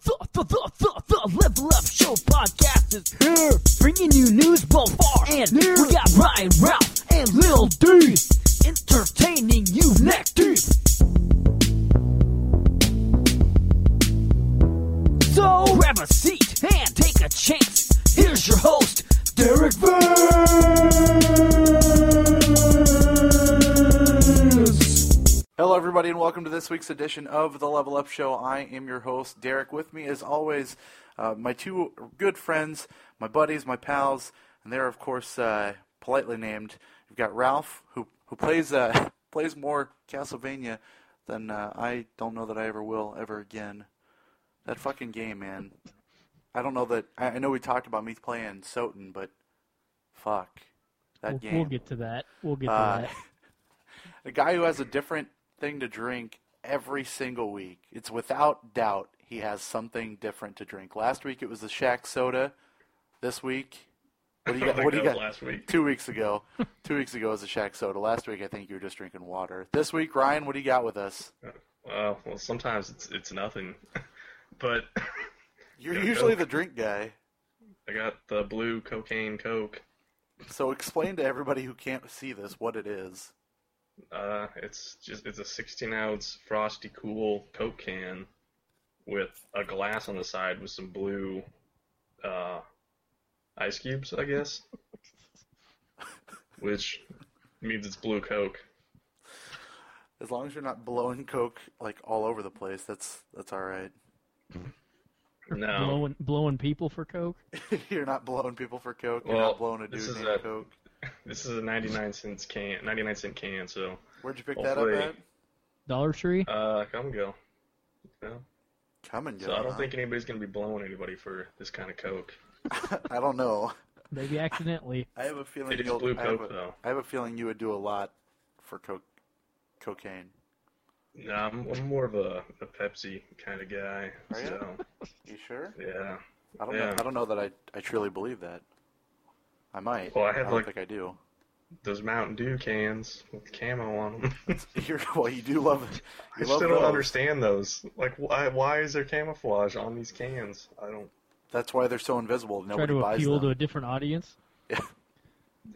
The Level Up Show podcast is here, bringing you news both far and near. We got Ryan, Ralph, and Lil D, entertaining you neck deep. So grab a seat and take a chance. Here's your host, Derek Vance. Hello, everybody, and welcome to this week's edition of the Level Up Show. I am your host, Derek. With me, as always, uh, my two good friends, my buddies, my pals, and they're, of course, uh, politely named. You've got Ralph, who who plays uh, plays more Castlevania than uh, I don't know that I ever will ever again. That fucking game, man. I don't know that. I, I know we talked about me playing Soten, but fuck that We'll, game. we'll get to that. We'll get to Uh, that. a guy who has a different thing to drink every single week. It's without doubt he has something different to drink. Last week it was the Shack soda. This week, what do you I got? think What do you that was got? Last week. Two weeks ago, two weeks ago was the Shack soda. Last week I think you were just drinking water. This week, Ryan, what do you got with us? Well, well, sometimes it's it's nothing, but You're Yeah, usually Coke. the drink guy. I got the blue cocaine coke. So explain to everybody who can't see this what it is. Uh, it's just it's a 16 ounce frosty cool coke can with a glass on the side with some blue uh, ice cubes, I guess, which means it's blue coke. As long as you're not blowing coke like all over the place, that's that's all right. No, Blowing blowing people for coke. you're not blowing people for coke. You're Well, not blowing a this dude is named a- coke. this is a 99 cents can, 99 cent can. So, Where'd you pick Hopefully. that up at? Dollar Tree. uh, come go. No. Come and get So I don't on. think anybody's gonna be blowing anybody for this kind of coke. I don't know. Maybe accidentally. I have a feeling It is you'll. blue I, have coke a- though. I have a feeling you would do a lot for coke, cocaine. No, I'm, I'm more of a, a Pepsi kind of guy. Are ya? So You sure? yeah. I don't know. Yeah. I don't know that I. I truly believe that. I might. Well, I have, don't like- think I do. Those Mountain Dew cans with camo on them. You're, well, you do love. I You love still don't those. understand those. Like, why why is there camouflage on these cans? I don't. That's why they're so invisible. Try Nobody to buys appeal them. to a different audience.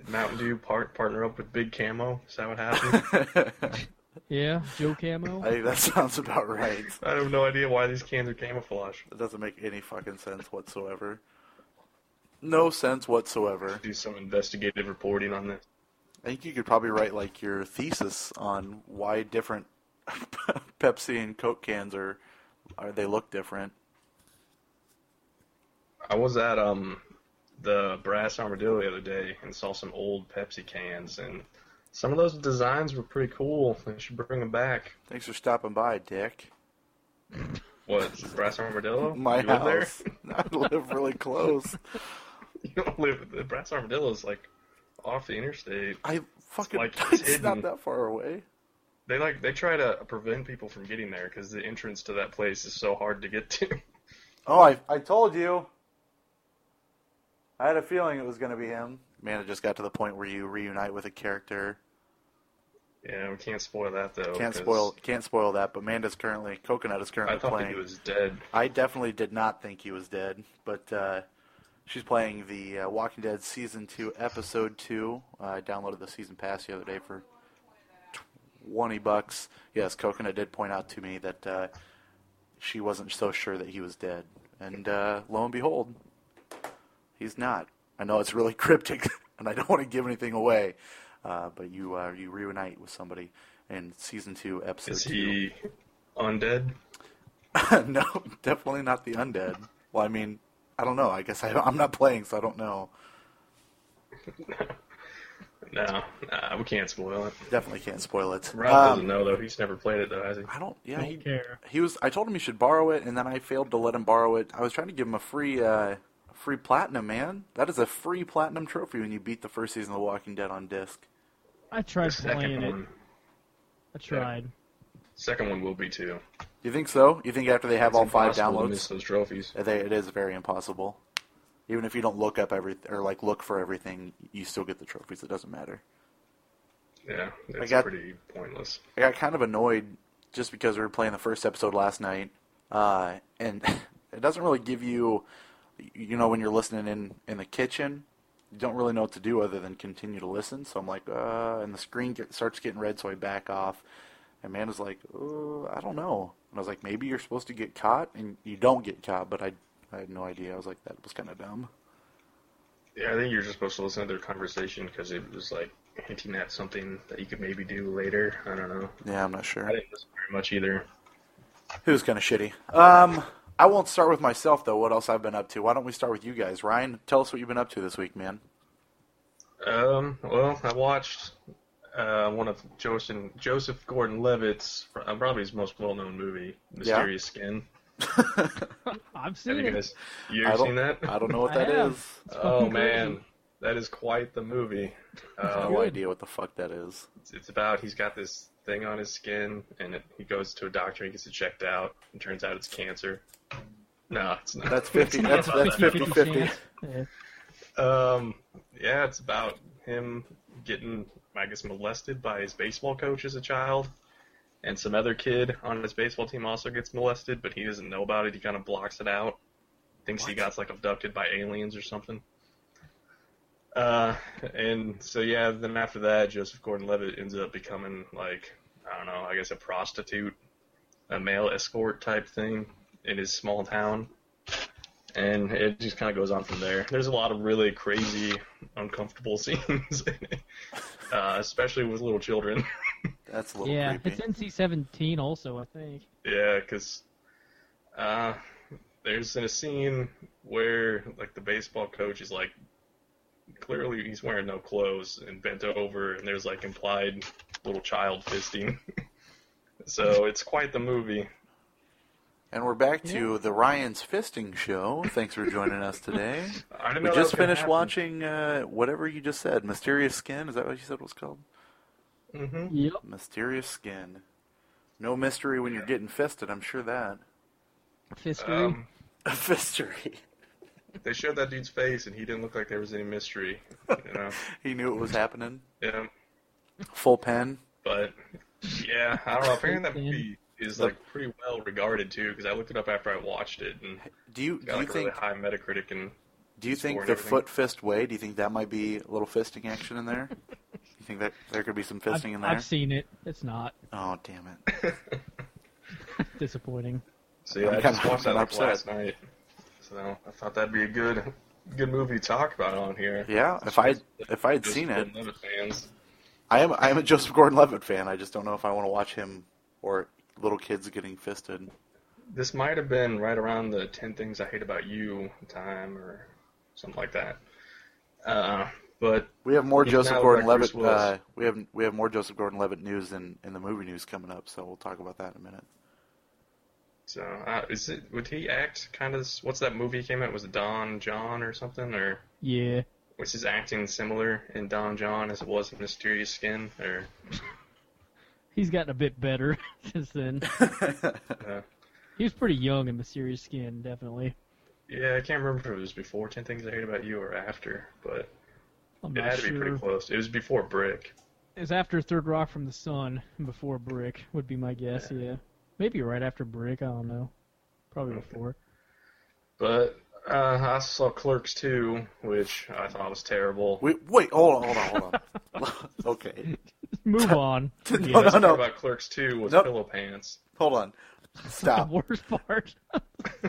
Mountain Dew part, partner up with Big Camo. Is that what happened? Yeah, Joe Camo. I think that sounds about right. I have no idea why these cans are camouflage. That doesn't make any fucking sense whatsoever. No sense whatsoever. Do some investigative reporting on this. I think you could probably write like your thesis on why different Pepsi and Coke cans are, are they look different. I was at um the Brass Armadillo the other day and saw some old Pepsi cans, and some of those designs were pretty cool. I should bring them back. Thanks for stopping by, Dick. What Brass Armadillo? My you live there? house. I live really close. You don't live. The Brass Armadillo is like off the interstate. I fucking. like It's, hidden. not that far away. They like they try to prevent people from getting there because the entrance to that place is so hard to get to. Oh, I I told you. I had a feeling it was gonna be him. Man, it just got to the point where you reunite with a character. yeah, we can't spoil that though. Can't 'cause spoil can't spoil that. But Manda's currently Coconut is currently I thought playing. that he was dead. I definitely did not think he was dead, but uh, she's playing the uh, Walking Dead season two, episode two. Uh, I downloaded the season pass the other day for twenty bucks. Yes, Coconut did point out to me that uh, she wasn't so sure that he was dead, and uh, lo and behold, he's not. I know it's really cryptic, and I don't want to give anything away, uh, but you uh, you reunite with somebody in season two, episode Is two. he undead? no, definitely not the undead. Well, I mean, I don't know. I guess I, I'm not playing, so I don't know. No, nah, we can't spoil it. Definitely can't spoil it. Rob doesn't Um, know though. He's never played it though, has he? I don't. Yeah, Don't he, care. he was. I told him he should borrow it, and then I failed to let him borrow it. I was trying to give him a free, uh, free platinum. Man, that is a free platinum trophy when you beat the first season of The Walking Dead on disc. I tried playing Second it. one. I tried. Second one will be too. You think so? You think after they have It's all five impossible to miss downloads, those trophies. they, it is very impossible. Even if you don't look up every or like look for everything, you still get the trophies. It doesn't matter. Yeah, it's got- pretty pointless. I got kind of annoyed just because we were playing the first episode last night, uh, and it doesn't really give you, you know, when you're listening in in the kitchen, you don't really know what to do other than continue to listen. So I'm like, uh, and the screen get, starts getting red, so I back off. And Amanda's like, uh, I don't know. And I was like, maybe you're supposed to get caught, and you don't get caught. But I, I had no idea. I was like, that was kind of dumb. Yeah, I think you're just supposed to listen to their conversation because it was like hinting at something that you could maybe do later. I don't know. Yeah, I'm not sure. I didn't listen very much either. It was kind of shitty. Um, I won't start with myself though. What else I've been up to? Why don't we start with you guys? Ryan, tell us what you've been up to this week, man. Um, well, I watched uh, one of Joseph Joseph Gordon-Levitt's uh, probably his most well-known movie, Mysterious Skin. I've Have seen you it. guys you Hmm. I ever don't, seen that? I don't know what I that have. is. It's Oh fucking man, crazy. that is quite the movie. I have Uh, no Good. idea what the fuck that is. it's, it's about he's got this thing on his skin, and it, he goes to a doctor, he gets it checked out, and turns out it's cancer. No, it's not. That's fifty. that's that's 50 50-50 50 chance. Yeah. Um, yeah, it's about him getting, I guess, molested by his baseball coach as a child, and some other kid on his baseball team also gets molested, but he doesn't know about it. He kind of blocks it out, thinks he got like abducted by aliens or something. Uh, and so yeah, then after that, Joseph Gordon-Levitt ends up becoming like, I don't know, I guess a prostitute, a male escort type thing in his small town and it just kind of goes on from there. There's a lot of really crazy, uncomfortable scenes, in it, uh, especially with little children. That's a little Yeah, creepy. it's NC-17 also, I think. yeah, because uh, there's a scene where like the baseball coach is like clearly he's wearing no clothes and bent over, and there's like implied little child fisting. so it's quite the movie. And we're back to the Ryan's Fisting Show. Thanks for joining us today. I didn't We know that was just gonna finished happen. watching uh, whatever you just said. Mysterious Skin. Is that what you said it was called? Hmm? Mhm. Yep. Mysterious Skin. No mystery when you're getting fisted. I'm sure that. Fistery. Um, Fistery. they showed that dude's face, and he didn't look like there was any mystery. You know? He knew it was happening. yeah. Full pen. But yeah, I don't know. Apparently that Thin. movie is like pretty well regarded too, because I looked it up after I watched it and Do you it do got you like a really think high Metacritic and do you score think and the everything. foot fist way? Do you think that might be a little fisting action in there? you think that there could be some I've, fisting in there? I've seen it. It's not Oh damn it! disappointing. so yeah, I'm I just kinda watched that like, upset. last night. So I thought that'd be a good good movie to talk about on here. Yeah, if I if I had Just seen for it, Levitt fans. I am I am a Joseph Gordon-Levitt fan. I just don't know if I want to watch him or little kids getting fisted. This might have been right around the ten things I hate about you time or something like that. Uh, but We have more He's Joseph now Gordon-Levitt. Dr. Seuss. Uh, we have we have more Joseph Gordon-Levitt news in in the movie news coming up, so we'll talk about that in a minute. So uh, is it? Would he act kind of? What's that movie he came out? Was it Don John or something? Or Yeah. was his acting similar in Don John as it was in Mysterious Skin? Or He's gotten a bit better since then. uh, He was pretty young in Mysterious Skin, definitely. yeah, I can't remember if it was before Ten Things I Hate About You or after, but I'm it not had to be sure. pretty close. It was before Brick. It was after Third Rock from the Sun and before Brick would be my guess. Yeah. Maybe right after Brick. I don't know. Probably before. But uh, I saw Clerks 2, which I thought was terrible. Wait, wait, hold on, hold on, hold on. okay, Move on. no, Best no, part no, about Clerks 2 was Nope. Pillow Pants. hold on, stop. The worst part.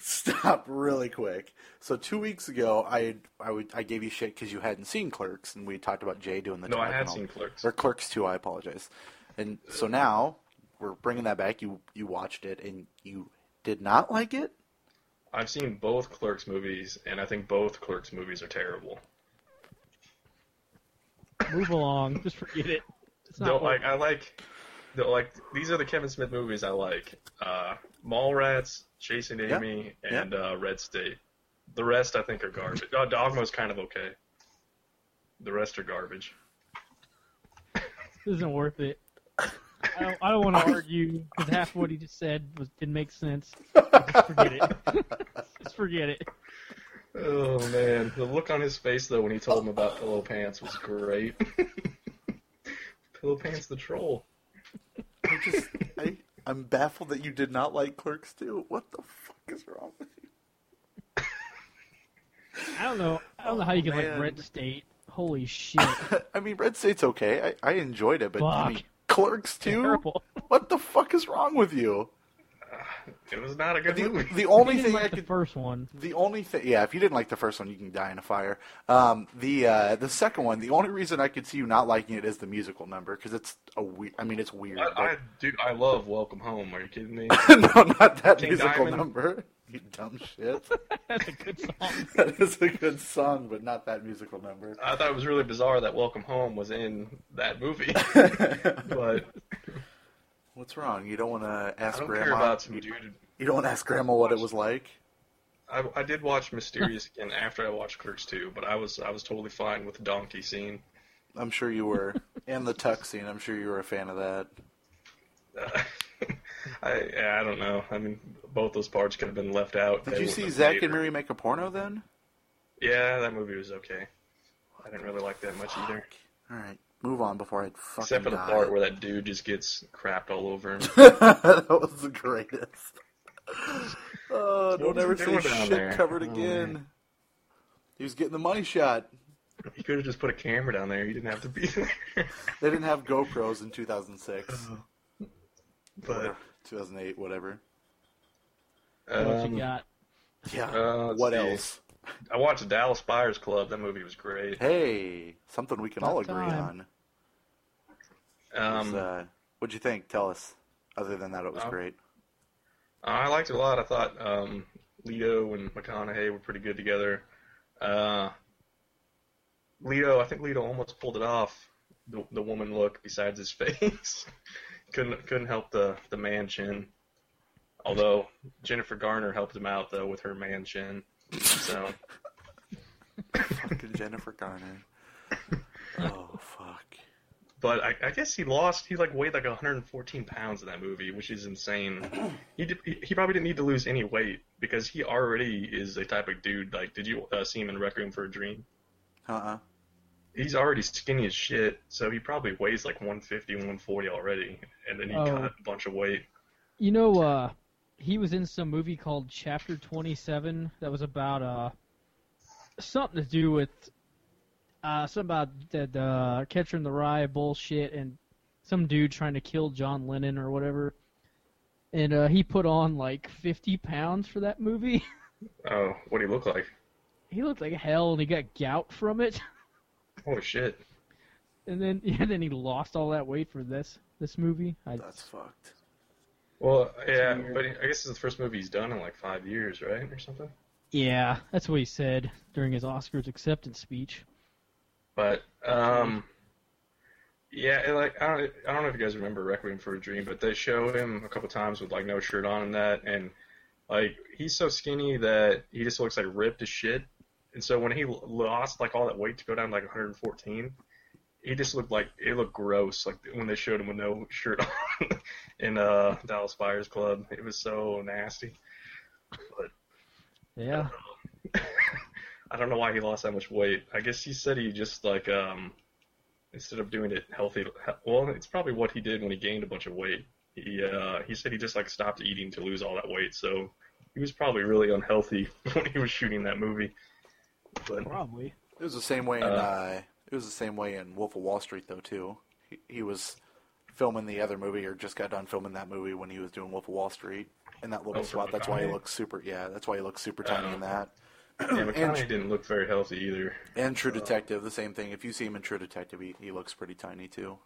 stop really quick. So two weeks ago, I had- I, would, I gave you shit because you hadn't seen Clerks, and we talked about Jay doing the No, I type had and all- seen Clerks. or Clerks two. I apologize. And so now we're bringing that back. You you watched it and you did not like it. I've seen both Clerks movies, and I think both Clerks movies are terrible. Move along. Just forget it. It's not No, worth- like I like, the, like these are the Kevin Smith movies I like: uh, Mallrats, Chasing Yeah, Amy, and Uh, Red State. The rest I think are garbage. Uh, Dogma's kind of okay. The rest are garbage. This isn't worth it. I don't, I don't want to argue because half what he just said was, didn't make sense. Just forget it. just forget it. Oh man, the look on his face though when he told him about Pillow Pants was great. Pillow Pants the troll. I just I I'm baffled that you did not like Clerks 2. What the fuck is wrong with you? I don't know. I don't know how you can man. like Red State. Holy shit! I mean, Red State's okay. I, I enjoyed it, but I Fuck. mean, Clerks 2? Terrible. What the fuck is wrong with you? It was not a good The, movie. the I only didn't thing I like the could first one. The only thing, yeah, if you didn't like the first one, you can die in a fire. Um, the uh, the second one, the only reason I could see you not liking it is the musical number because it's a weird. I mean, it's weird. I, I but- do. I love Welcome Home. Are you kidding me? no, not that King musical Diamond. number. You dumb shit. That's a good song. that is a good song, but not that musical number. I thought it was really bizarre that Welcome Home was in that movie, but What's wrong? You don't want to I ask don't care grandma. about some dude. You don't want to ask grandma what it was like. I, I did watch Mysterious again after I watched Clerks 2, but I was I was totally fine with the donkey scene. I'm sure you were, and the tuck scene. I'm sure you were a fan of that. Uh, I yeah, I don't know. I mean, both those parts could have been left out. Did They you were see in the Zach theater. and Mary make a porno then? Yeah, that movie was okay. I didn't really like that much either, All right, move on before I fucking except for the die. part where that dude just gets crapped all over him. that was the greatest. Oh, don't was he ever say doing down shit there? covered Oh, again. He was getting the money shot. he could have just put a camera down there. He didn't have to be there. They didn't have GoPros in 2006. but Whatever. 2008, whatever. what you um, got? Yeah. Uh, let's what see. else? I watched Dallas Buyers Club. That movie was great. Hey, something we can all agree About time. on. Um, uh, what'd you think? Tell us. Other than that, it was Oh. great. I liked it a lot. I thought um, Leto and McConaughey were pretty good together. Uh, Leto, I think Leto almost pulled it off. The, the woman look besides his face couldn't couldn't help the the man chin. Although Jennifer Garner helped him out though with her man chin. So Fucking Jennifer Garner. Oh fuck. But I, I guess he lost. He like weighed like 114 pounds in that movie, which is insane. He did, he probably didn't need to lose any weight because he already is a type of dude. Like, did you uh, see him in Requiem for a Dream? Uh uh He's already skinny as shit, so he probably weighs like 150, 140 already, and then he Oh. cut a bunch of weight. You know, uh, he was in some movie called Chapter 27 that was about uh, something to do with uh, something about the, the Catcher in the Rye bullshit and some dude trying to kill John Lennon or whatever. And uh, he put on like 50 pounds for that movie. Oh, what do he look like? he looked like hell and he got gout from it. Holy shit! And then yeah, then he lost all that weight for this this movie. I, That's fucked. Well, yeah, weird. but I guess it's the first movie he's done in like five years, right, or something. yeah, that's what he said during his Oscars acceptance speech. But um, yeah, and, like I don't, I don't know if you guys remember Requiem for a Dream, but they show him a couple times with like no shirt on and that, and like he's so skinny that he just looks like ripped as shit. And so when he l- lost like all that weight to go down to, like 114, he just looked like it looked gross. Like when they showed him with no shirt on in uh, Dallas Buyers Club, it was so nasty. Yeah. I don't know why he lost that much weight. I guess he said he just like um instead of doing it healthy. he- Well, it's probably what he did when he gained a bunch of weight. He uh he said he just like stopped eating to lose all that weight. So he was probably really unhealthy when he was shooting that movie. But Probably. It was the same way in uh, Uh, it was the same way in Wolf of Wall Street though too. He, he was filming the other movie or just got done filming that movie when he was doing Wolf of Wall Street in that little Oh, for spot. That's why he McConaughey? looks super. Yeah, that's why he looks super tiny in Oh. that. yeah, McConaughey And- didn't look very healthy either. And True Detective, the same thing. If you see him in True Detective, he, he looks pretty tiny too.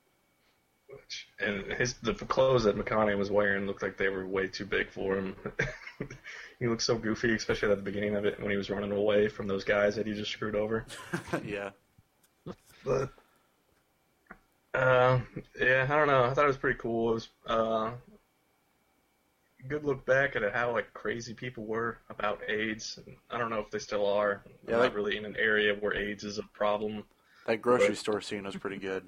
Which- And his the clothes that McConaughey was wearing looked like they were way too big for him. he looked so goofy, especially at the beginning of it when he was running away from those guys that he just screwed over. yeah, But uh, yeah, I don't know. I thought it was pretty cool. It was uh, good look back at how like crazy people were about AIDS. I don't know if they still are. Yeah, I'm like- not really in an area where AIDS is a problem. that grocery Right. store scene was pretty good.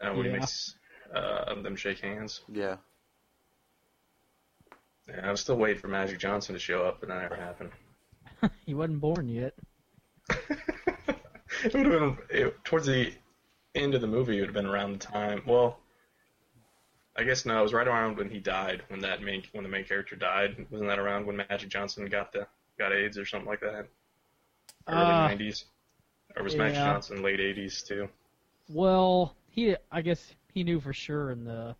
Uh, when he Yeah. makes uh, them shake hands. Yeah, And I was still waiting for Magic Johnson to show up, but that never happened. He wasn't born yet. It would have been it, towards the end of the movie. It would have been around the time. Well, I guess no, it was right around when he died, when that main when the main character died. Wasn't that around when Magic Johnson got the got AIDS or something like that? Early Uh, nineties. Or was Magic yeah. Johnson late eighties too? Well, he I guess he knew for sure in the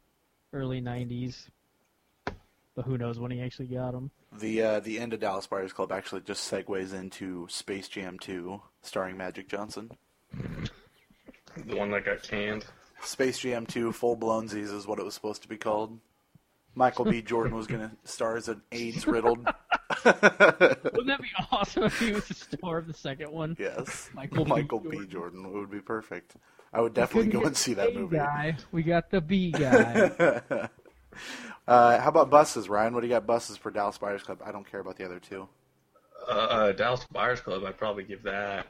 early '90s, but who knows when he actually got him? The uh, the end of Dallas Buyers Club actually just segues into Space Jam 2, starring Magic Johnson. The one that got canned. Space Jam 2 Full Blownsies is what it was supposed to be called. Michael B. Jordan was going to star as an AIDS riddled. Wouldn't that be awesome if he was the star of the second one? yes. Michael B. B. Jordan. Jordan. It would be perfect. I would definitely go Couldn't and get see the that A movie. Guy. We got the B guy. Uh, how about buses, Ryan? What do you got buses for Dallas Buyers Club? I don't care about the other two. Uh, uh, Dallas Buyers Club, I'd probably give that.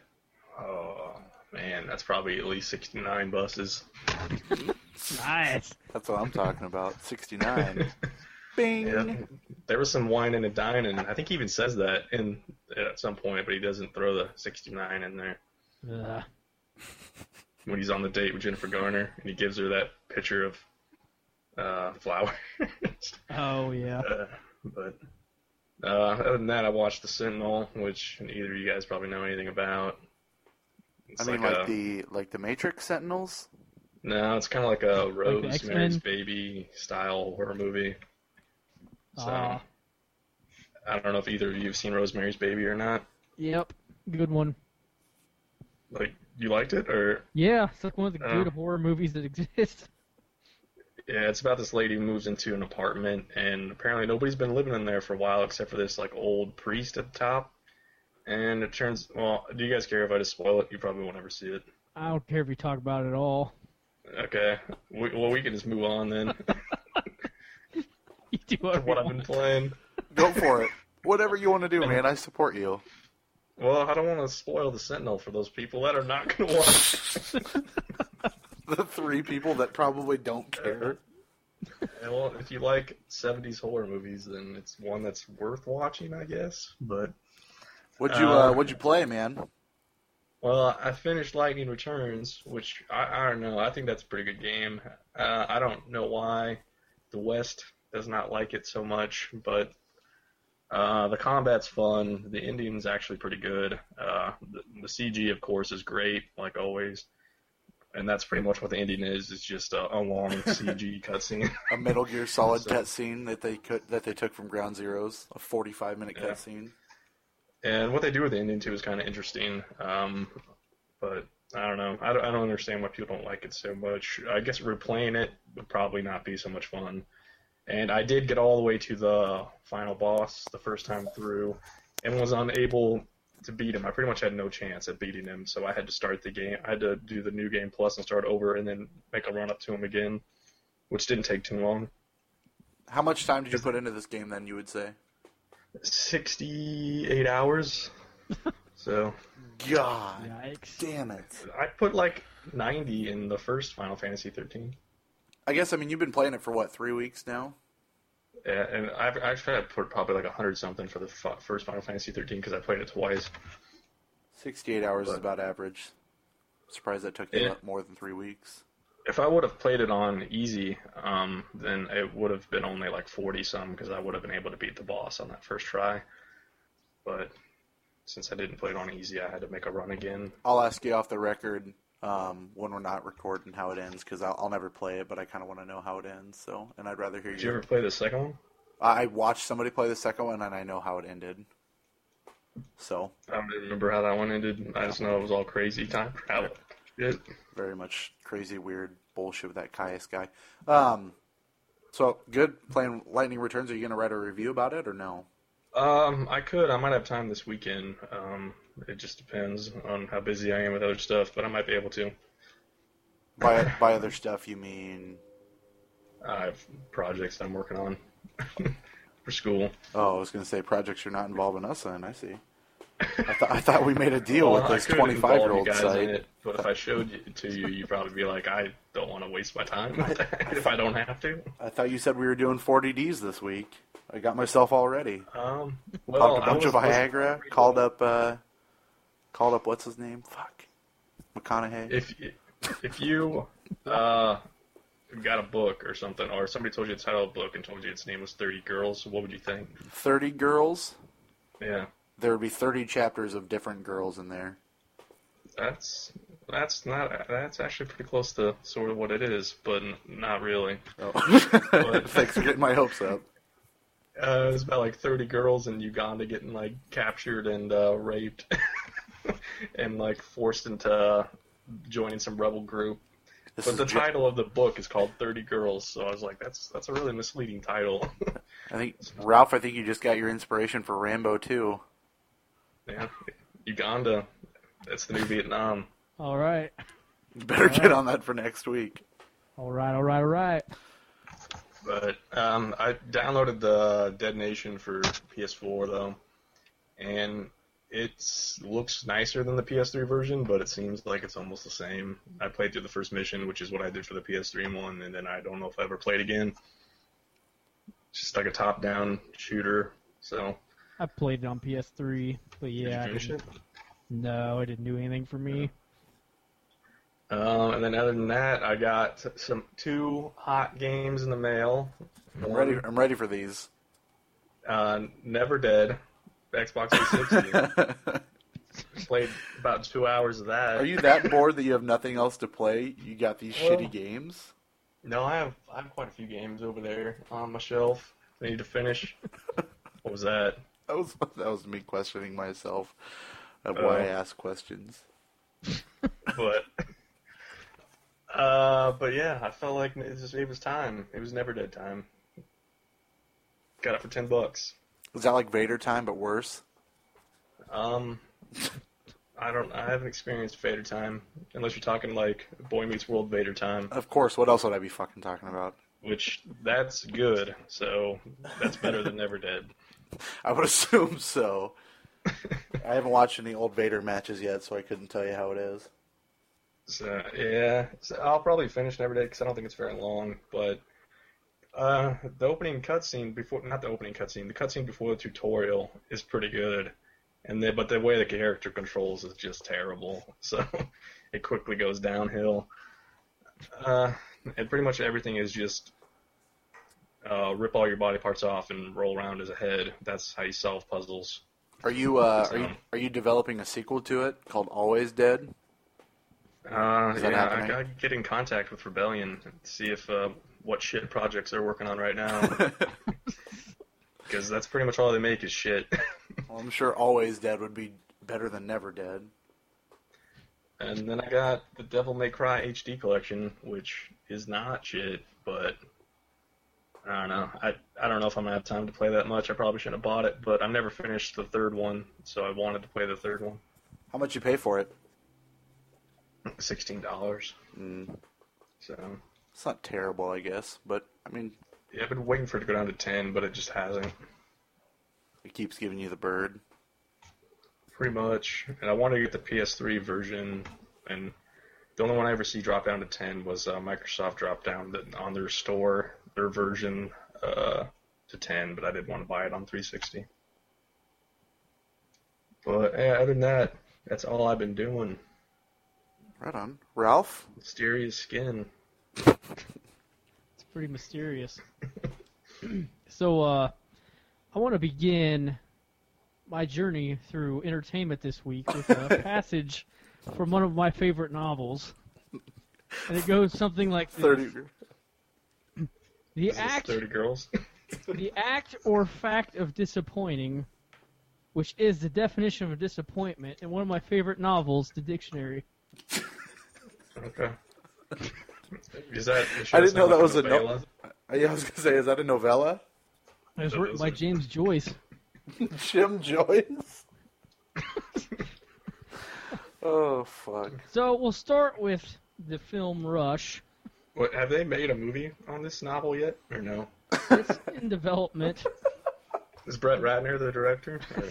Oh man, that's probably at least sixty nine buses. nice. That's what I'm talking about. 69. Bing. Yeah. There was some whining and dining. I think he even says that in at some point, but he doesn't throw the 69 in there Ugh. when he's on the date with Jennifer Garner, and he gives her that picture of uh, flowers. oh yeah. Uh, but uh, other than that, I watched The Sentinel, which neither of you guys probably know anything about. It's I mean, like like, a- the like the Matrix Sentinels. no, it's kind of like a Like the Rosemary's X-Men? Baby style horror movie. So Ah. I don't know if either of you have seen Rosemary's Baby or not. Yep. Good one. Like, you liked it, or Yeah, it's like one of the Uh. good horror movies that exist. yeah, it's about this lady who moves into an apartment, and apparently nobody's been living in there for a while except for this like old priest at the top. And it turns well. Do you guys care if I just spoil it? You probably won't ever see it. I don't care if you talk about it at all. Okay, we, well we can just move on then. You do what, what I've been playing. Go for it. Whatever you want to do, man. I support you. Well, I don't want to spoil the Sentinel for those people that are not gonna watch. The three people that probably don't care. And, well, if you like '70s horror movies, then it's one that's worth watching, I guess. But What'd you uh, what'd you play, man? Well, I finished Lightning Returns, which I, I don't know. I think that's a pretty good game. Uh, I don't know why the West does not like it so much, but uh, the combat's fun. The Indian's actually pretty good. Uh, the, the CG, of course, is great, like always. And that's pretty much what the Indian is. It's just a, a long CG cutscene. A Metal Gear Solid So- cutscene that they could that they took from Ground Zeroes. A forty-five minute Yeah. cutscene. And what they do with the ending too is kind of interesting. Um, but I don't know. I don't, I don't understand why people don't like it so much. I guess replaying it would probably not be so much fun. And I did get all the way to the final boss the first time through, and was unable to beat him. I pretty much had no chance at beating him, so I had to start the game. I had to do the new game plus and start over, and then make a run up to him again, which didn't take too long. How much time did you put into this game? Then you would say. Sixty-eight hours. so God Yikes. damn it! I put like 90 in the first Final Fantasy 13. I guess I mean you've been playing it for what three weeks now. Yeah, and I've actually I put probably like 100 something for the f- first Final Fantasy 13 because I played it twice. Sixty-eight hours is But- about average. Surprised that took you Yeah. lot more than three weeks. If I would have played it on easy, um, then it would have been only like 40 some because I would have been able to beat the boss on that first try. But since I didn't play it on easy, I had to make a run again. I'll ask you off the record um, when we're not recording how it ends because I'll, I'll never play it, but I kind of want to know how it ends. So, and I'd rather hear Did you you. ever play the second one? I I watched somebody play the second one, and I know how it ended. So, I don't remember how that one ended. I just know it was all crazy time travel. Shit. very much crazy, weird bullshit with that Caius guy. Um, so good playing Lightning Returns. Are you going to write a review about it or no? Um, I could. I might have time this weekend. Um, it just depends on how busy I am with other stuff, but I might be able to. By by other stuff, you mean? I have projects I'm working on for school. Oh, I was going to say projects you're not involving us in. I see. I, th- I thought we made a deal Well, Oh, with I this could involve 25 year you old guys in site. it, but if I showed it to you, you'd probably be like, I don't want to waste my time with that if I don't have to. I thought you said we were doing 40Ds this week. I got myself all ready. Um, well, Popped a bunch I of was- was- Viagra. Called up. Uh, called up. What's his name? Fuck. McConaughey. If if you uh, got a book or something, or somebody told you the title of a book and told you its name was Thirty Girls, what would you think? Thirty girls. Yeah, There would be thirty chapters of different girls in there. that's that's not that's actually pretty close to sort of what it is, but n- not really. Oh. Thanks for getting my hopes up. Uh, it's about like 30 girls in Uganda getting like captured and uh, raped and like forced into uh, joining some rebel group. This But the is ju- title of the book is called 30 Girls, so I was like, that's that's a really misleading title. I think Ralph. I think you just got your inspiration for Rambo too. yeah, Uganda, that's the new Vietnam. All right. You better get on that for next week. All right. All right. All right. But um, I downloaded the Dead Nation for PS4 though, and it looks nicer than the PS3 version, but it seems like it's almost the same. I played through the first mission, which is what I did for the PS3 one, and then I don't know if I ever played again. Just like a top-down shooter. So I played it on PS3, but did yeah, I you finish didn't- it? no, it didn't do anything for me. Um, and then other than that, I got some two hot games in the mail. I'm ready. I'm ready for these. Uh, Never Dead, Xbox 360. Are played about two hours of that. you that bored that you have nothing else to play? You got these Well- shitty games. No, I have I have quite a few games over there on my shelf. I need to finish. what was that? That was that was me questioning myself of why I Oh. ask questions. But uh, but yeah, I felt like it, just, it was time. It was never dead time. Got it for ten bucks. Is that like Vader time but worse? Um, I don't. I haven't experienced Vader time unless you're talking like Boy Meets World Vader time, Of course. What else would I be fucking talking about? which that's good. So that's better than Never Dead. I would assume so. I haven't watched any old Vader matches yet, so I couldn't tell you how it is. So yeah, so I'll probably finish Never Dead because I don't think it's very long. But uh, the opening cutscene before, not the opening cutscene, the cutscene before the tutorial is pretty good, and then but the way the character controls is just terrible. So it quickly goes downhill. Uh, and pretty much everything is just uh, rip all your body parts off and roll around as a head. That's how you solve puzzles. Are you uh, are So- you are you developing a sequel to it called Always Dead? Uh, Is that yeah, I happening? gotta get in contact with Rebellion and see if uh, what shit projects they're working on right now, well, because that's pretty much all they make is shit. I'm sure Always Dead would be better than Never Dead. and then I got the Devil May Cry HD collection, which is not shit, but I don't know. I I don't know if I'm gonna have time to play that much. I probably shouldn't have bought it, but I've never finished the third one, so I wanted to play the third one. How much you pay for it? Sixteen dollars. Mm, So it's not terrible, I guess, but I mean, yeah, I've been waiting for it to go down to ten, but it just hasn't. it keeps giving you the bird. Pretty much. And I wanted to get the PS3 version, and the only one I ever see drop down to 10 was uh, Microsoft dropped down the, on their store, their version uh, to 10, but I didn't want to buy it on 360. But yeah, other than that, that's all I've been doing. Right on, Ralph. Mysterious skin. It's pretty mysterious. so, uh, I want to begin my journey through entertainment this week with a passage from one of my favorite novels. And it goes something like this. Thirty. The Is this act 30 girls. the act or fact of disappointing, which is the definition of disappointment in one of my favorite novels, The Dictionary. okay. Is that? you I sure didn't it's know not that like was a no- novella? I was gonna say, is that a novella? It was So written those by are- James Joyce. Jim Joyce. oh fuck! So we'll start with the film Rush. What, have they made a movie on this novel yet, or no? It's in development. Is Brett Ratner the director? Or-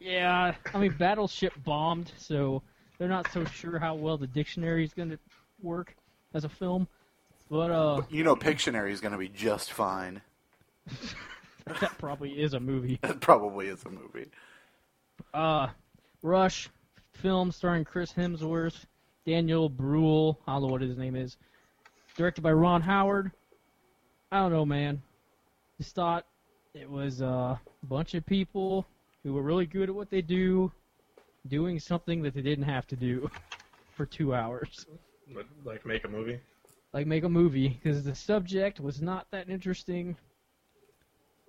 Yeah, I mean Battleship bombed, so they're not so sure how well the dictionary is going to work as a film. But uh, You know, Pictionary is gonna be just fine. that probably is a movie. It probably is a movie. Uh, Rush film starring Chris Hemsworth, Daniel Bruhl. I don't know what his name is. directed by Ron Howard. I don't know, man. Just thought it was uh, a bunch of people who were really good at what they do, doing something that they didn't have to do for two hours, But, like make a movie. like make a movie, because the subject was not that interesting.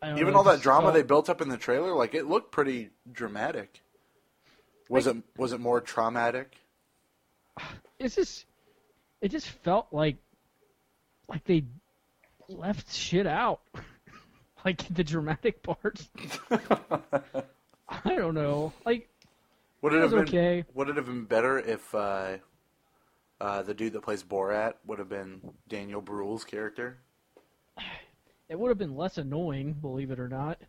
I don't Even know, all that just drama felt- they built up in the trailer, like it looked pretty dramatic. Was it was it more traumatic? it's just it just felt like like they left shit out like the dramatic parts i don't know like Would It it have been was okay. Would it have been better if uh, uh, the dude that plays Borat would have been Daniel Bruhl's character? it would have been less annoying believe it or not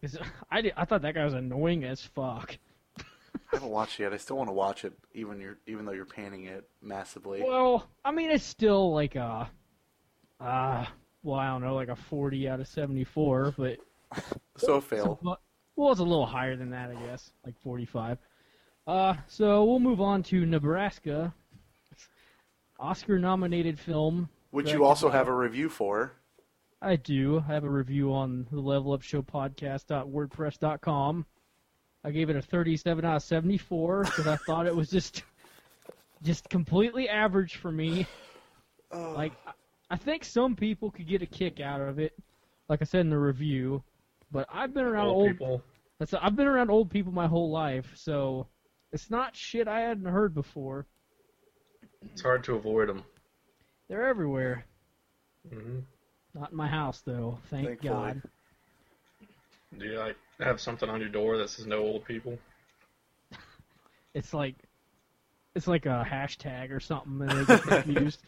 'Cause I, did- I thought that guy was annoying as fuck I haven't watched it yet. I still want to watch it, even you even though you're panning it massively. well i mean it's still like a uh well i don't know like a 40 out of 74 but So fail. Well, well, it's a little higher than that, I guess, like 45. Uh, so we'll move on to Nebraska, Oscar-nominated film. Which you also have a review for. I do. I have a review on the Level Up Show podcast.wordpress.com. I gave it a 37 out of 74 because I thought it was just, just completely average for me. Like, I- I think some people could get a kick out of it. Like I said in the review, but I've been around Old old people. that's I've been around old people my whole life, so it's not shit I hadn't heard before. It's hard to avoid them. They're everywhere. hmm Not in my house though, thank Thankfully. God. Do you like have something on your door that says no old people? It's like it's like a hashtag or something and they get confused.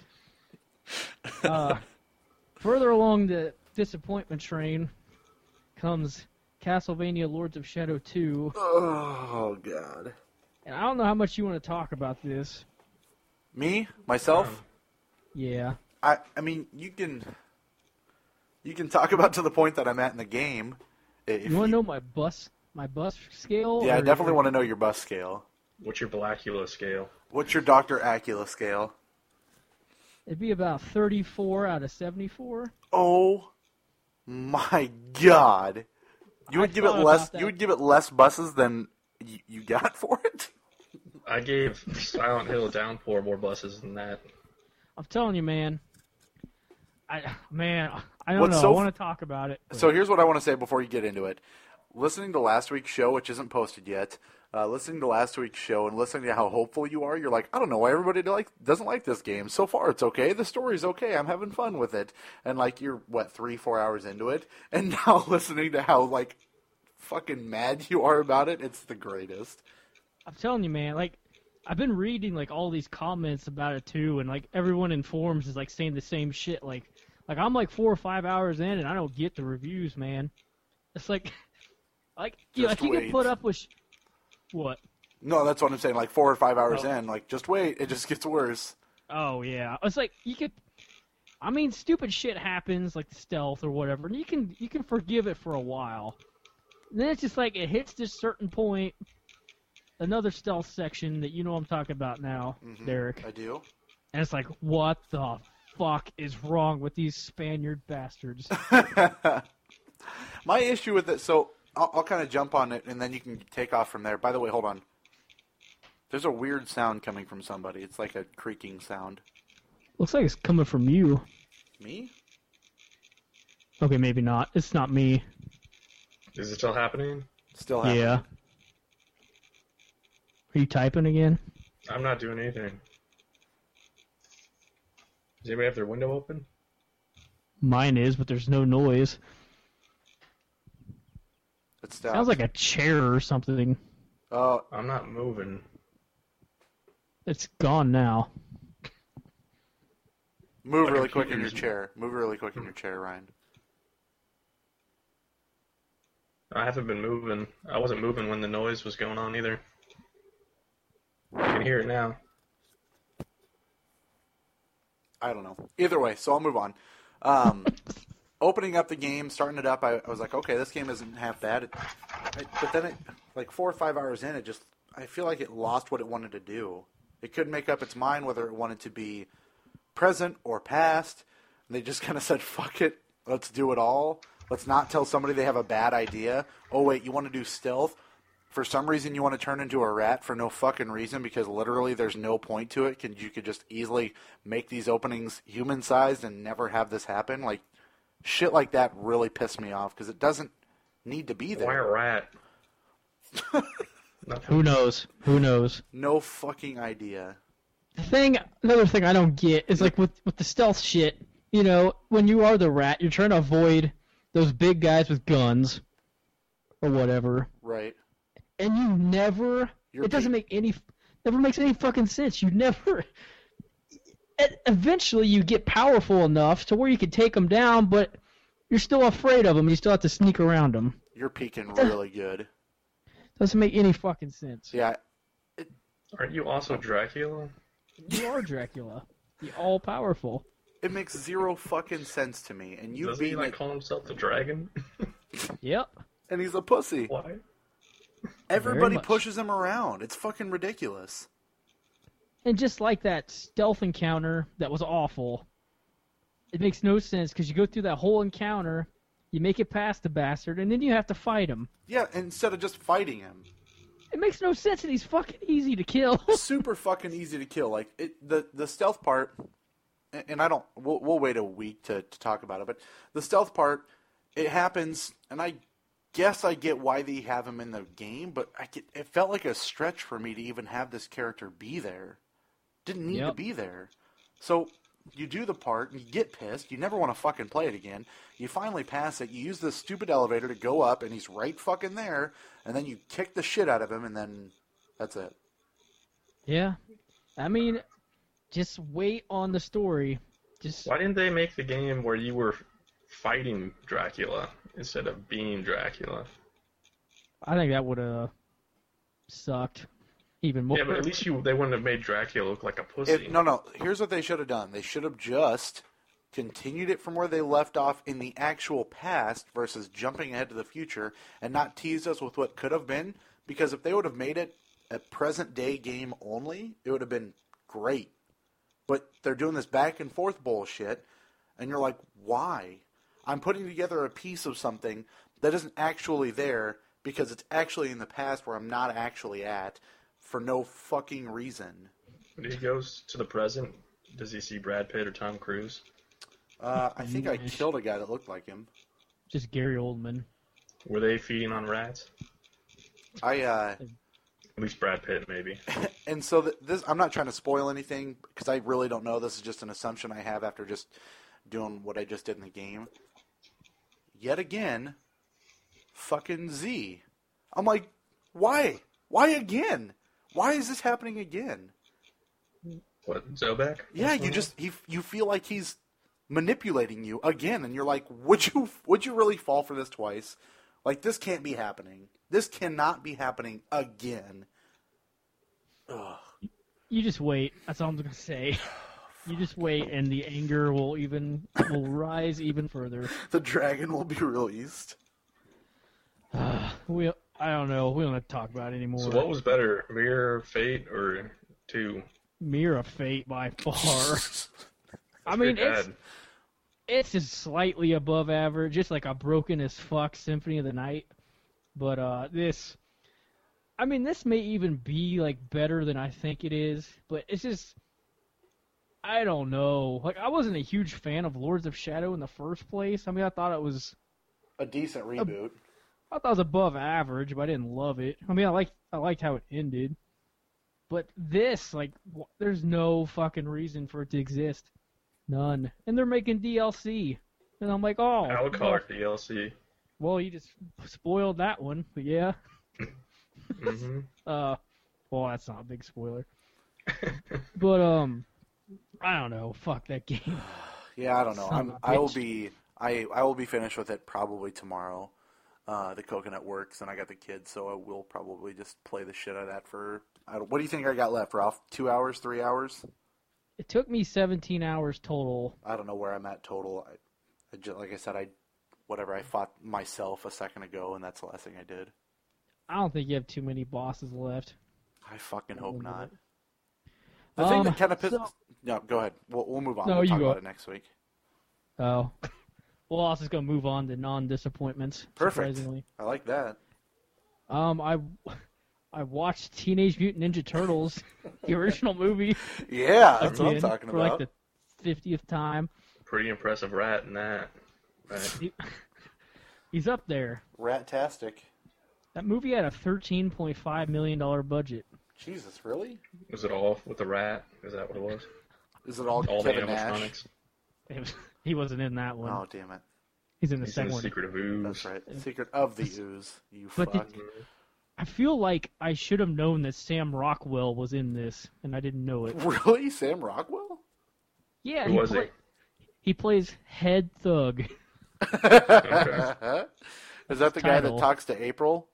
uh, further along the disappointment train comes Castlevania Lords of Shadow 2. Oh God. And I don't know how much you want to talk about this. Me myself. Yeah. I I mean you can you can talk about to the point that I'm at in the game. If You want to know my bus my bus scale? yeah, I or- definitely want to know your bus scale. What's your Blackula scale? What's your Doctor Acula scale? It'd be about 34 out of 74. Oh my god. You would I give it thought about less that. you would give it less buses than you, you got for it? I gave Silent Hill Downpour more buses than that. I'm telling you, man. I man, I don't What's know. so I f- want to talk about it. So here's what I want to say before you get into it. Listening to last week's show, which isn't posted yet, uh, listening to last week's show and listening to how hopeful you are, you're like, I don't know why everybody like doesn't like this game. So far, it's okay. The story's okay. I'm having fun with it. And like you're what three, four hours into it, and now listening to how like fucking mad you are about it, it's the greatest. I'm telling you, man. Like I've been reading like all these comments about it too, and like everyone in forums is like saying the same shit. Like like I'm like four or five hours in, and I don't get the reviews, man. It's like like you, Just like you wait. can put up with sh- what? No, that's what I'm saying. Like four or five hours Oh. in, like just wait, it just gets worse. Oh yeah, it's like you could. I mean, stupid shit happens, like stealth or whatever, and you can you can forgive it for a while. And then it's just like it hits this certain point, another stealth section that you know I'm talking about now, Derek, I do. and it's like, what the fuck is wrong with these Spaniard bastards? My issue with it, so I'll, I'll kind of jump on it, and then you can take off from there. By the way, hold on. There's a weird sound coming from somebody. It's like a creaking sound. Looks like it's coming from you. Me? Okay, maybe not. It's not me. Is it still happening? Still happening. Yeah. Are you typing again? I'm not doing anything. Does anybody have their window open? Mine is, but there's no noise. It's down. Sounds like a chair or something. Oh, I'm not moving. It's gone now. move Like really a quick in your computer's- chair. Move really quick in your chair, Ryan. I haven't been moving. I wasn't moving when the noise was going on either. I can hear it now. I don't know. Either way, so I'll move on. Um, opening up the game, starting it up, I, I was like, okay, this game isn't half bad. It, it, but then, it, like four or five hours in, it just I feel like it lost what it wanted to do. It couldn't make up its mind whether it wanted to be present or past. And they just kind of said, fuck it, let's do it all. Let's not tell somebody they have a bad idea. Oh, wait, you want to do stealth? For some reason, you want to turn into a rat for no fucking reason because literally there's no point to it. Can you could just easily make these openings human sized and never have this happen? Like shit like that really pissed me off because it doesn't need to be Why there. a rat? Nothing. Who knows? Who knows? No fucking idea. The thing, another thing I don't get is like with with the stealth shit. You know, when you are the rat, you're trying to avoid those big guys with guns or whatever, Right. and you never. You're it doesn't pe- make any. Never makes any fucking sense. You never. e- Eventually, you get powerful enough to where you can take them down, but you're still afraid of them. You still have to sneak around them. You're peeking really good. Doesn't make any fucking sense. Yeah. Aren't you also Dracula? You are Dracula, the all powerful. It makes zero fucking sense to me. And you Doesn't he being like a- call himself the dragon? Yep. and he's a pussy. Why? Everybody much. pushes him around. It's fucking ridiculous. And just like that stealth encounter that was awful, it makes no sense because you go through that whole encounter, you make it past the bastard, and then you have to fight him. Yeah, instead of just fighting him. It makes no sense, and he's fucking easy to kill. super fucking easy to kill. Like it, the the stealth part, a- and I don't. We'll, we'll wait a week to, to talk about it. But the stealth part, it happens, and I guess I get why they have him in the game. But I get, it felt like a stretch for me to even have this character be there. Didn't need to Yep. be there. So you do the part, and you get pissed. You never want to fucking play it again. You finally pass it. You use the stupid elevator to go up, and he's right fucking there. And then you kick the shit out of him, and then that's it. yeah. I mean, just wait on the story. Just Why didn't they make the game where you were fighting Dracula instead of being Dracula? I think that would have sucked even more. Yeah, but at least you they wouldn't have made Dracula look like a pussy. If, no, no. Here's what they should have done. They should have just continued it from where they left off in the actual past versus jumping ahead to the future and not teased us with what could have been. Because if they would have made it a present day game only, it would have been great. But they're doing this back and forth bullshit, and you're like, why? I'm putting together a piece of something that isn't actually there because it's actually in the past where I'm not actually at for no fucking reason. When he goes to the present, does he see Brad Pitt or Tom Cruise? Uh, I think I Nice. killed a guy that looked like him. Just Gary Oldman. Were they feeding on rats? I uh, At least Brad Pitt, maybe. and so th- this I'm not trying to spoil anything because I really don't know. This is just an assumption I have after just doing what I just did in the game. Yet again, fucking Z. I'm like, why? Why again? Why is this happening again? What Zoback? Yeah, you just he, you feel like he's manipulating you again, and you're like, would you would you really fall for this twice? Like this can't be happening. This cannot be happening again. Ugh. You just wait. That's all I'm gonna say. You just wait, and the anger will even will rise even further. The dragon will be released. We I don't know. We don't have to talk about it anymore. So what was better, Mirror Fate or Two? Mirror of Fate by far. I mean, Your it's dad. it's just slightly above average, just like a broken as fuck Symphony of the Night. But uh, this, I mean, this may even be like better than I think it is. But it's just, I don't know. Like I wasn't a huge fan of Lords of Shadow in the first place. I mean, I thought it was A decent reboot. I thought it was above average, but I didn't love it. I mean, I liked I liked how it ended, but this like wh- there's no fucking reason for it to exist, none. And they're making DLC, and I'm like, oh, I would call well, it DLC. well, you just spoiled that one, but yeah. hmm Uh, well, that's not a big spoiler, but um, I don't know. Fuck that game. Yeah, I don't know. Son I'm, of a I will bitch. be I I will be finished with it probably tomorrow. Uh, the coconut works, and I got the kids, so I will probably just play the shit out of that for. I don't, what do you think I got left, Ralph? Two hours, three hours? It took me 17 hours total. I don't know where I'm at total. I, I just, like I said, I whatever I fought myself a second ago, and that's the last thing I did. I don't think you have too many bosses left. I fucking hope Remember not. The thing Um, that kind of pissed. so- no, go ahead. We'll, we'll move on. No, we'll you talk go. about it next week. Oh. Well, I was just gonna move on to non-disappointments. Perfect. Surprisingly. I like that. Um, I, I watched Teenage Mutant Ninja Turtles, the original movie, Yeah, that's what I'm again, talking for about. like the fiftieth time. Pretty impressive rat in that. Right. He- He's up there. Rat-tastic. That movie had a thirteen point five million dollar budget. Jesus, really? Was it all with the rat? Is that what it was? Is it all, All Kevin the Nash? animatronics. It was, he wasn't in that one. Oh, damn it. He's in the He's second in the one. Secret of Ooze. That's right. Secret of the Ooze. You But fuck. did- I feel like I should have known that Sam Rockwell was in this, and I didn't know it. Really? Sam Rockwell? Yeah, Who he, was play- it? he plays Head Thug. Is that the guy that Title. talks to April?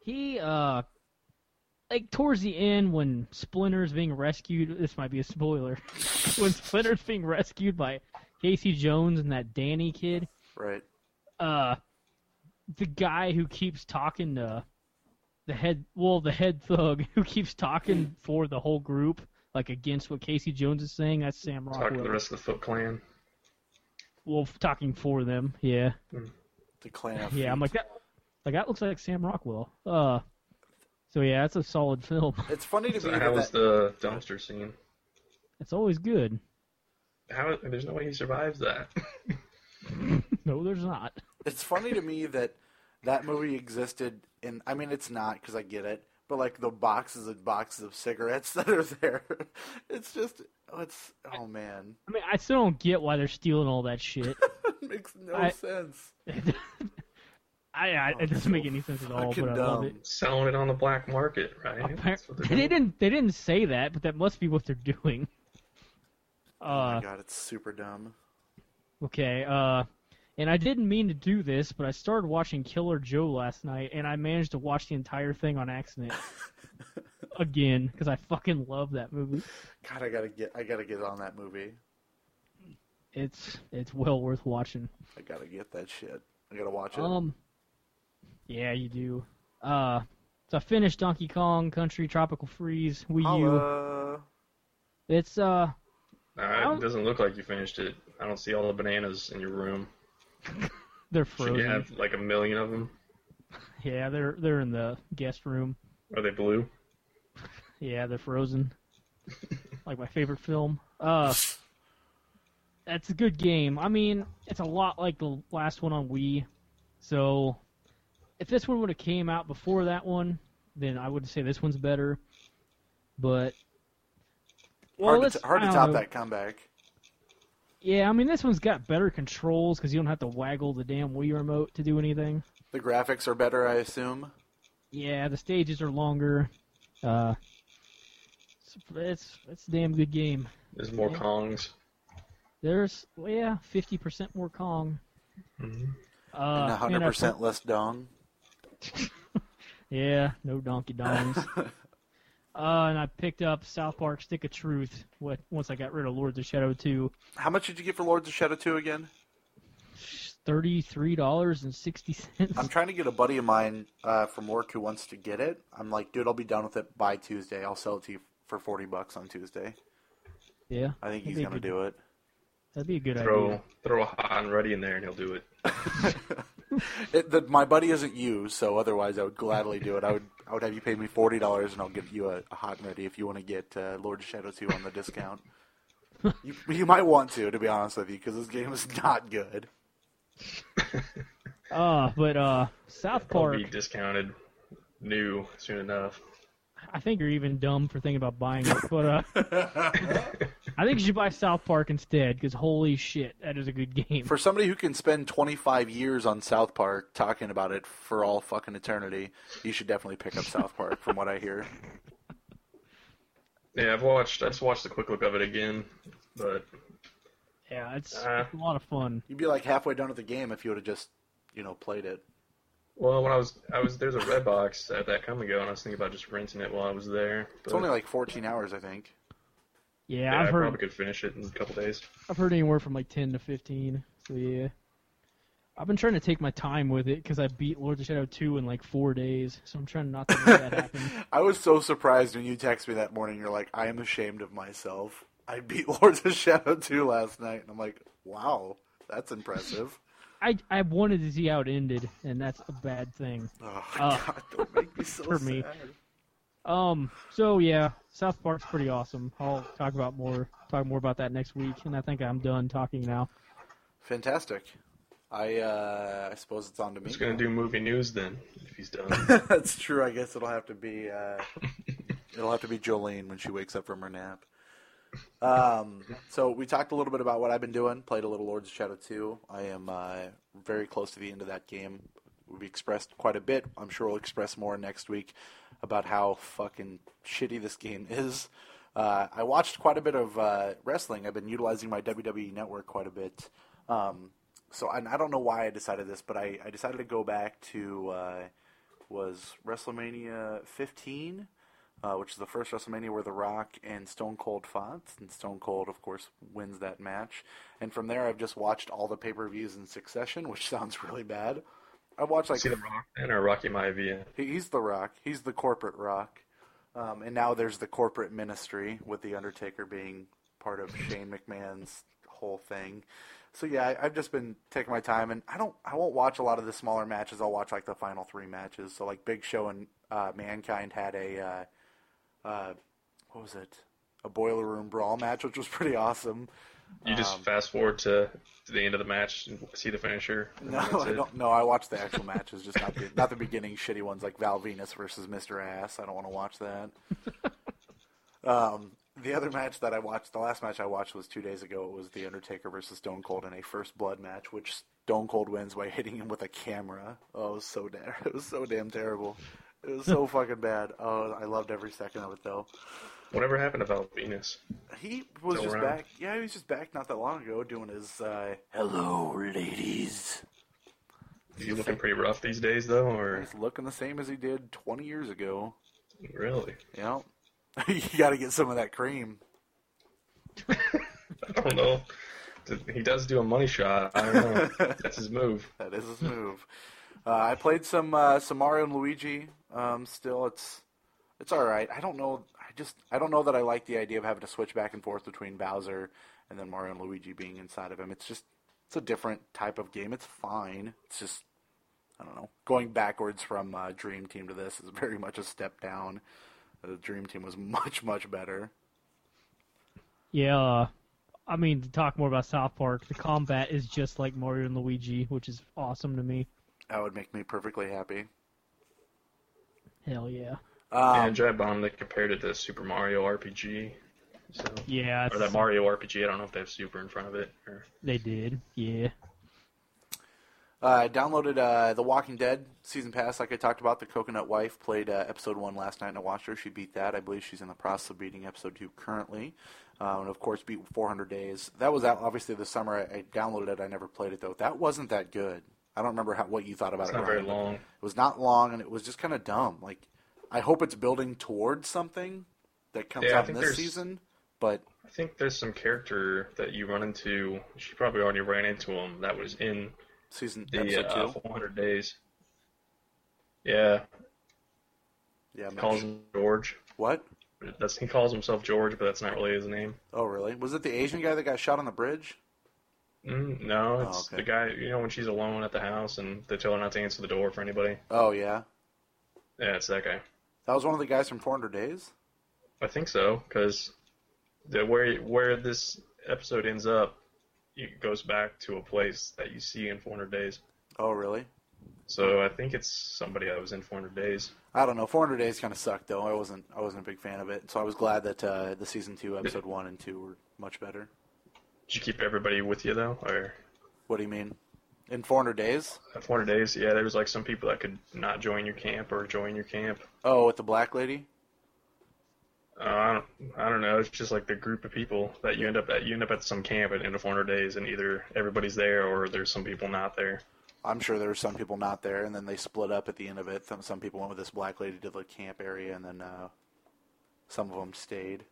He uh like towards the end when Splinter's being rescued this might be a spoiler. when Splinter's being rescued by Casey Jones and that Danny kid, Right. uh the guy who keeps talking to the head well, the head thug who keeps talking for the whole group, like against what Casey Jones is saying, that's Sam Talk to the Rockwell. rest of the Foot Clan. Well talking for them, yeah. The clan. of Yeah, I'm Feet. like that like that looks like Sam Rockwell. Uh so yeah, that's a solid film. It's funny to So me how that, was the dumpster scene? It's always good. How? There's no way he survives that. No, there's not. it's funny to me that that movie existed in I mean it's not because I get it, but like the boxes and boxes of cigarettes that are there. It's just oh, it's oh man. I mean, I still don't get why they're stealing all that shit. It makes no I- sense. I, I it doesn't make any sense at all, Oh, Fucking but I love dumb. it. Selling it on the black market, right? That's what Apparently, they they're doing. didn't they didn't say that, but that must be what they're doing. Oh my Uh, god, it's super dumb. okay. Uh, and I didn't mean to do this, but I started watching Killer Joe last night, and I managed to watch the entire thing on accident again because I fucking love that movie. God, I gotta get I gotta get on that movie. It's it's well worth watching. I gotta get that shit. I gotta watch it. Um, yeah, you do. Uh, so I finished Donkey Kong Country Tropical Freeze Wii U. Holla. It's uh, Uh, it doesn't look like you finished it. I don't see all the bananas in your room. they're Should you frozen. have like a million of them? Yeah, they're they're in the guest room. Are they blue? Yeah, they're frozen. like my favorite film. Uh, that's a good game. I mean, it's a lot like the last one on Wii. So, if this one would have came out before that one, then I would say this one's better. But well, hard to, let's- t- hard I to don't top know. that comeback. Yeah, I mean this one's got better controls because you don't have to waggle the damn Wii remote to do anything. The graphics are better, I assume. Yeah, the stages are longer. Uh, it's it's, it's a damn good game. There's more Yeah. Kongs. There's yeah, fifty percent more Kong. Mhm. Uh, and man, hundred I- percent less dong. Yeah, no donkey dongs. uh, and I picked up South Park Stick of Truth what, once I got rid of Lords of Shadow 2. How much did you get for Lords of Shadow 2 again? $33.60. I'm trying to get a buddy of mine uh, from work who wants to get it. I'm like, dude, I'll be done with it by Tuesday. I'll sell it to you for 40 bucks on Tuesday. yeah, I think That'd he's be a going to good- do it. That'd be a good Throw idea. throw a hot and ready in there, and he'll do it. it the, my buddy isn't you, so otherwise I would gladly do it. I would I would have you pay me $40 and I'll give you a, a hot and ready if you want to get uh, Lord of Shadow 2 on the discount. you, you might want to, to be honest with you, because this game is not good. Uh, but uh, South It'll Park. be discounted, new soon enough. I think you're even dumb for thinking about buying it, but uh, I think you should buy South Park instead because holy shit, that is a good game. For somebody who can spend 25 years on South Park talking about it for all fucking eternity, you should definitely pick up South Park, from what I hear. Yeah, I've watched. I just watched a quick look of it again, but yeah, it's, Uh. it's a lot of fun. You'd be like halfway done with the game if you would have just, you know, played it. Well, when I was I was there's a red box at that come and go, and I was thinking about just renting it while I was there. But It's only like 14 hours, I think. Yeah, yeah, I've I heard probably could finish it in a couple days. I've heard anywhere from like ten to fifteen. So yeah. I've been trying to take my time with it because I beat Lords of Shadow 2 in like four days, so I'm trying not to let that happen. I was so surprised when you texted me that morning. You're like, I am ashamed of myself. I beat Lords of Shadow 2 last night. And I'm like, wow, that's impressive. I, I wanted to see how it ended, and that's a bad thing. Oh, Uh, God, don't make me so for sad. me. Um. So yeah, South Park's pretty awesome. I'll talk about more talk more about that next week, and I think I'm done talking now. Fantastic. I uh, I suppose it's on to me. He's gonna do movie news then if he's done. That's true. I guess it'll have to be uh, it'll have to be Jolene when she wakes up from her nap. Um, so we talked a little bit about what I've been doing. Played a little Lords of Shadow 2. I am uh, very close to the end of that game. We've expressed quite a bit. I'm sure we'll express more next week about how fucking shitty this game is. Uh, I watched quite a bit of uh, wrestling. I've been utilizing my WWE network quite a bit. Um, so I, I don't know why I decided this, but I, I decided to go back to uh, was WrestleMania 15, uh, which is the first WrestleMania where The Rock and Stone Cold fought, and Stone Cold, of course, wins that match. And from there, I've just watched all the pay-per-views in succession, which sounds really bad. I've watched like See the Rock then or Rocky Maivia? he- he's the Rock, he's the corporate Rock, um, and now there's the corporate ministry with the Undertaker being part of Shane McMahon's whole thing. So yeah, I, I've just been taking my time, and I don't, I won't watch a lot of the smaller matches. I'll watch like the final three matches. So like Big Show and uh, Mankind had a, uh, uh, what was it, a boiler room brawl match, which was pretty awesome. You just Um, fast forward to, to the end of the match and see the finisher. and No, that's I it. don't. No, I watch the actual matches, just not the not the beginning shitty ones like Val Venus versus Mister Ass. I don't want to watch that. um, the other match that I watched, the last match I watched was two days ago. It was the Undertaker versus Stone Cold in a First Blood match, which Stone Cold wins by hitting him with a camera. Oh, it was so damn, it was so damn terrible. It was so fucking bad. Oh, I loved every second of it though. Whatever happened to Val Venus? He was Still just around? back. Yeah, he was just back not that long ago doing his uh, "Hello, ladies." He's looking pretty rough these days though, or He's looking the same as he did 20 years ago. really? Yeah. you got to get some of that cream. I don't know. He does do a money shot. I don't know. That's his move. That is his move. uh, I played some uh, some Mario and Luigi. Um, still, it's it's all right. I don't know. I just I don't know that I like the idea of having to switch back and forth between Bowser and then Mario and Luigi being inside of him. It's just it's a different type of game. It's fine. It's just I don't know. Going backwards from uh, Dream Team to this is very much a step down. The Dream Team was much much better. Yeah. Uh, I mean, to talk more about South Park, the combat is just like Mario and Luigi, which is awesome to me. That would make me perfectly happy. Hell yeah. Yeah, Um, Giant Bomb. They compared it to Super Mario RPG. So. Yeah. Or that Mario RPG. I don't know if they have Super in front of it. Or... They did. Yeah. I downloaded uh, The Walking Dead season pass, like I talked about. The Coconut Wife played uh, episode one last night, and I watched her. She beat that. I believe she's in the process of beating episode two currently, um, and of course beat 400 Days. That was out obviously this summer. I, I downloaded it. I never played it though. That wasn't that good. I don't remember how, what you thought about It's it. not very Ryan, but long. It was not long, and it was just kind of dumb. Like I hope it's building towards something that comes Yeah, I out in think this there's- season, but I think there's some character that you run into. She probably already ran into him. That was in season the episode uh, two. 400 days. Yeah, Yeah, I'm not calls sure. him George. what? That's he calls himself George, but that's not really his name. Oh, really? Was it the Asian guy that got shot on the bridge? Mm, no, Oh, it's okay. the guy. You know when she's alone at the house and they tell her not to answer the door for anybody. Oh, yeah. Yeah, it's that guy. That was one of the guys from 400 Days? I think so, because the where where this episode ends up, it goes back to a place that you see in 400 days. Oh, really? So I think it's somebody that was in 400 days. I don't know. 400 Days kind of sucked, though. I wasn't I wasn't a big fan of it. So I was glad that uh, the season 2, episode 1 and 2 were much better. Did you keep everybody with you though, or What do you mean? In 400 Days? at 400 days? Yeah, there was like some people that could not join your camp or join your camp. Oh, with the black lady? Uh, I don't, I don't know. It's just like the group of people that you end up at. You end up at some camp at end of 400 days, and either everybody's there or there's some people not there. I'm sure there were some people not there, and then they split up at the end of it. Some, some people went with this black lady to the camp area, and then uh, some of them stayed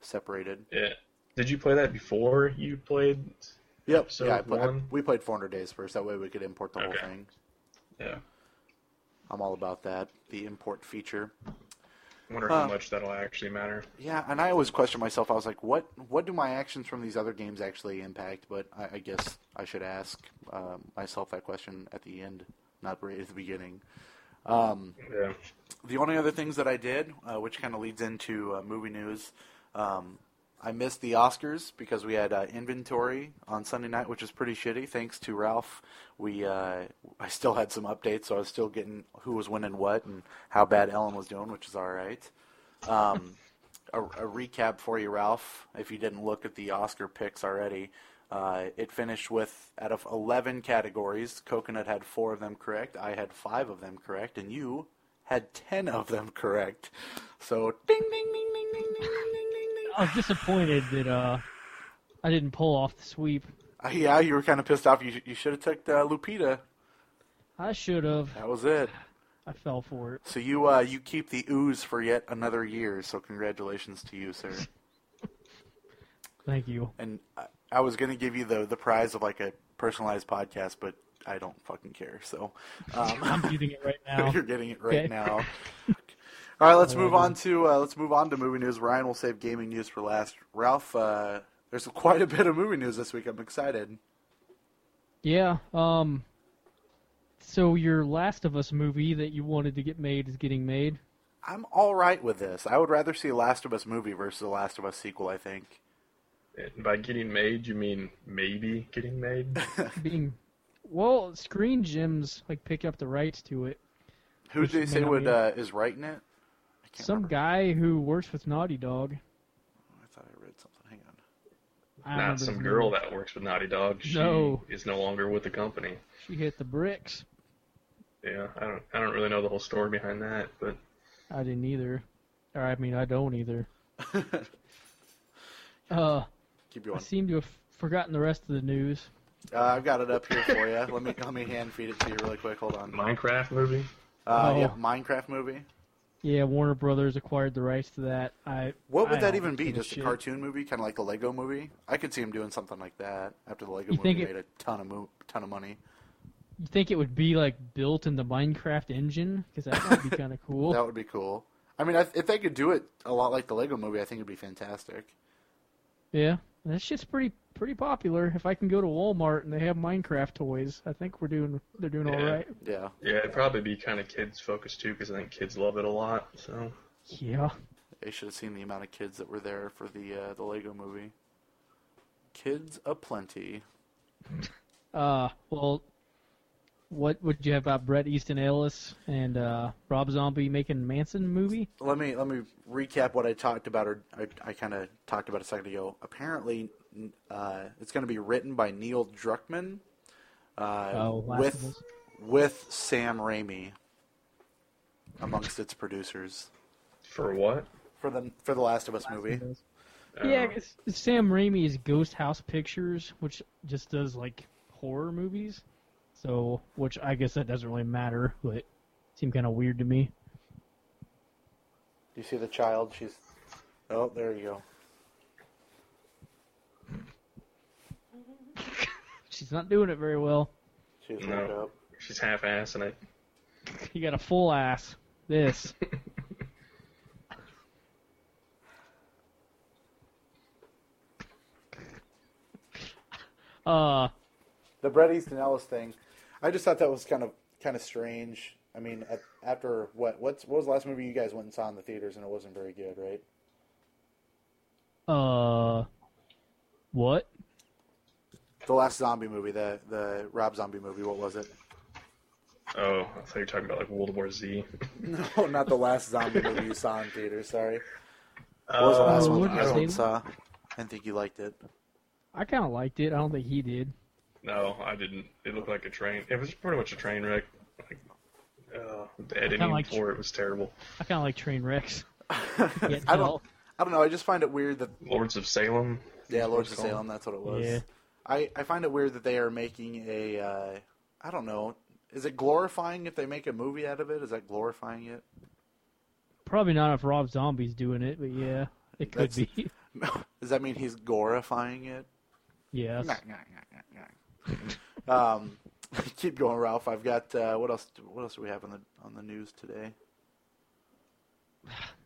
separated. Yeah. Did you play that before you played Yep. Episode yeah, I pla- I- one. we played 400 days first. That way we could import the Okay. whole thing. Yeah. I'm all about that. The import feature. Wonder how Uh, much that'll actually matter. Yeah, and I always question myself. I was like, what What do my actions from these other games actually impact? But I, I guess I should ask um, myself that question at the end, not right at the beginning. Yeah. The only other things that I did, uh, which kind of leads into uh, movie news, um, I missed the Oscars because we had uh, inventory on Sunday night, which is pretty shitty. Thanks to Ralph, we uh, I still had some updates, so I was still getting who was winning what and how bad Ellen was doing, which is all right. Um, a, a recap for you, Ralph. If you didn't look at the Oscar picks already, uh, it finished with out of eleven categories, Coconut had four of them correct. I had five of them correct, and you had ten of them correct. So ding ding ding ding ding ding ding ding ding. ding. I was disappointed that uh, I didn't pull off the sweep. Uh, Yeah, you were kind of pissed off. You you should have took uh, Lupita. I should have. That was it. I fell for it. So you uh, you keep the ooze for yet another year. So congratulations to you, sir. Thank you. And I, I was gonna give you the the prize of like a personalized podcast, but I don't fucking care. So um, I'm using it right now. you're getting it right Okay. now. All right, let's move on to uh, let's move on to movie news. Ryan will save gaming news for last. Ralph, uh, there's quite a bit of movie news this week. I'm excited. Yeah. Um. So your Last of Us movie that you wanted to get made is getting made. I'm all right with this. I would rather see a Last of Us movie versus a Last of Us sequel. I think. And by getting made, you mean maybe getting made? Being, well, Screen Gems like pick up the rights to it. Who Which did they may say not would be- uh, is writing it? I can't Some remember. guy who works with Naughty Dog. I thought I read something. Hang on. I don't Not remember some his girl name. that works with Naughty Dog. She No. is no longer with the company. She hit the bricks. Yeah, I don't I don't really know the whole story behind that, but I didn't either. Or I mean, I don't either. uh, Keep I going. seem to have forgotten the rest of the news. Uh, I've got it up here for you. Let me let me hand feed it to you really quick. Hold on. Minecraft movie? Uh, Oh. yeah, Minecraft movie. Yeah, Warner Brothers acquired the rights to that. I What would I that don't even be? give Just a shit. cartoon movie, kind of like the Lego movie? I could see him doing something like that after the Lego You movie think made it- a ton of mo- ton of money. You think it would be like built in the Minecraft engine? Because that would be kind of cool. That would be cool. I mean, I, if they could do it a lot like the Lego movie, I think it'd be fantastic. Yeah, that shit's pretty pretty popular. If I can go to Walmart and they have Minecraft toys, I think we're doing they're doing all Yeah. right. Yeah. Yeah, it'd probably be kind of kids focused too, because I think kids love it a lot. So Yeah, They should have seen the amount of kids that were there for the uh, the Lego movie. Kids aplenty. Uh, well, what would you have about Brett Easton Ellis and uh, Rob Zombie making Manson movie? let me let me recap what I talked about, or I, I kind of talked about a second ago. Apparently, n- uh, it's going to be written by Neil Druckmann uh, Oh, Last of with Us. with Sam Raimi amongst its producers for what? for the for the Last of Us movie. Uh, Yeah, 'cause Sam Raimi's Ghost House Pictures, which just does like horror movies. So, which I guess that doesn't really matter, but it seemed kind of weird to me. You see the child? She's oh, there you go. She's not doing it very well. She's No. woke up. she's half-assing it. You got a full ass. This. uh, The Brett Easton Ellis thing. I just thought that was kind of kind of strange. I mean, at, after what what's what was the last movie you guys went and saw in the theaters and it wasn't very good, right? uh, what? The last zombie movie, the the Rob Zombie movie, what was it? Oh, I thought you were talking about like World War Z. No, not the last zombie movie you saw in theaters. Sorry. What was the last Uh, one what you guys did went I and say? saw? I didn't think you liked it. I kind of liked it. I don't think he did. No, I didn't. It looked like a train. It was pretty much a train wreck. Like, uh, the Kinda editing like- for it was terrible. I kind of like train wrecks. Get I dull. don't. I don't know. I just find it weird that Lords of Salem. yeah, Lords of What's it called? Salem. That's what it was. Yeah. I I find it weird that they are making a. Uh, I don't know. Is it glorifying if they make a movie out of it? Is that glorifying it? Probably not if Rob Zombie's doing it, but yeah, it could That's- be. Does that mean he's glorifying it? Yes. Nyah, nyah, nyah, nyah, nyah. um, keep going, Ralph. I've got uh, what else? What else do we have on the on the news today?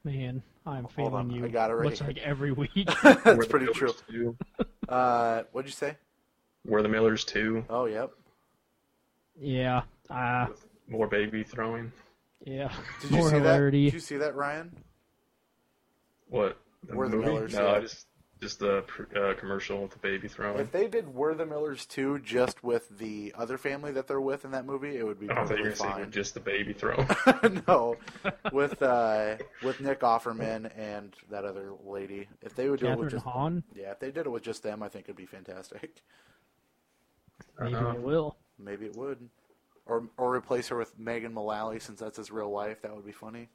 Man, I'm Hold on, failing you. I got it right Looks here. like every week. Were That's the pretty Millers true. Two? Uh, what'd you say? Were the Millers two Oh, yep. yeah. Uh, with more baby throwing? yeah. Did you More see hilarity. that? Did you see that, Ryan? What? Were the movie? Millers, No, yeah. just just the pr- uh, commercial with the baby throwing. If they did Were the Millers 2 just with the other family that they're with in that movie, it Oh, would be I don't think perfectly you're gonna say fine. just the baby throwing. no, with uh, with Nick Offerman and that other lady. If they would do it Catherine with just Hahn. yeah, if they did it with just them, I think it'd be fantastic. Maybe Uh-huh. it will. Maybe it would, or or replace her with Megan Mullally since that's his real life. That would be funny.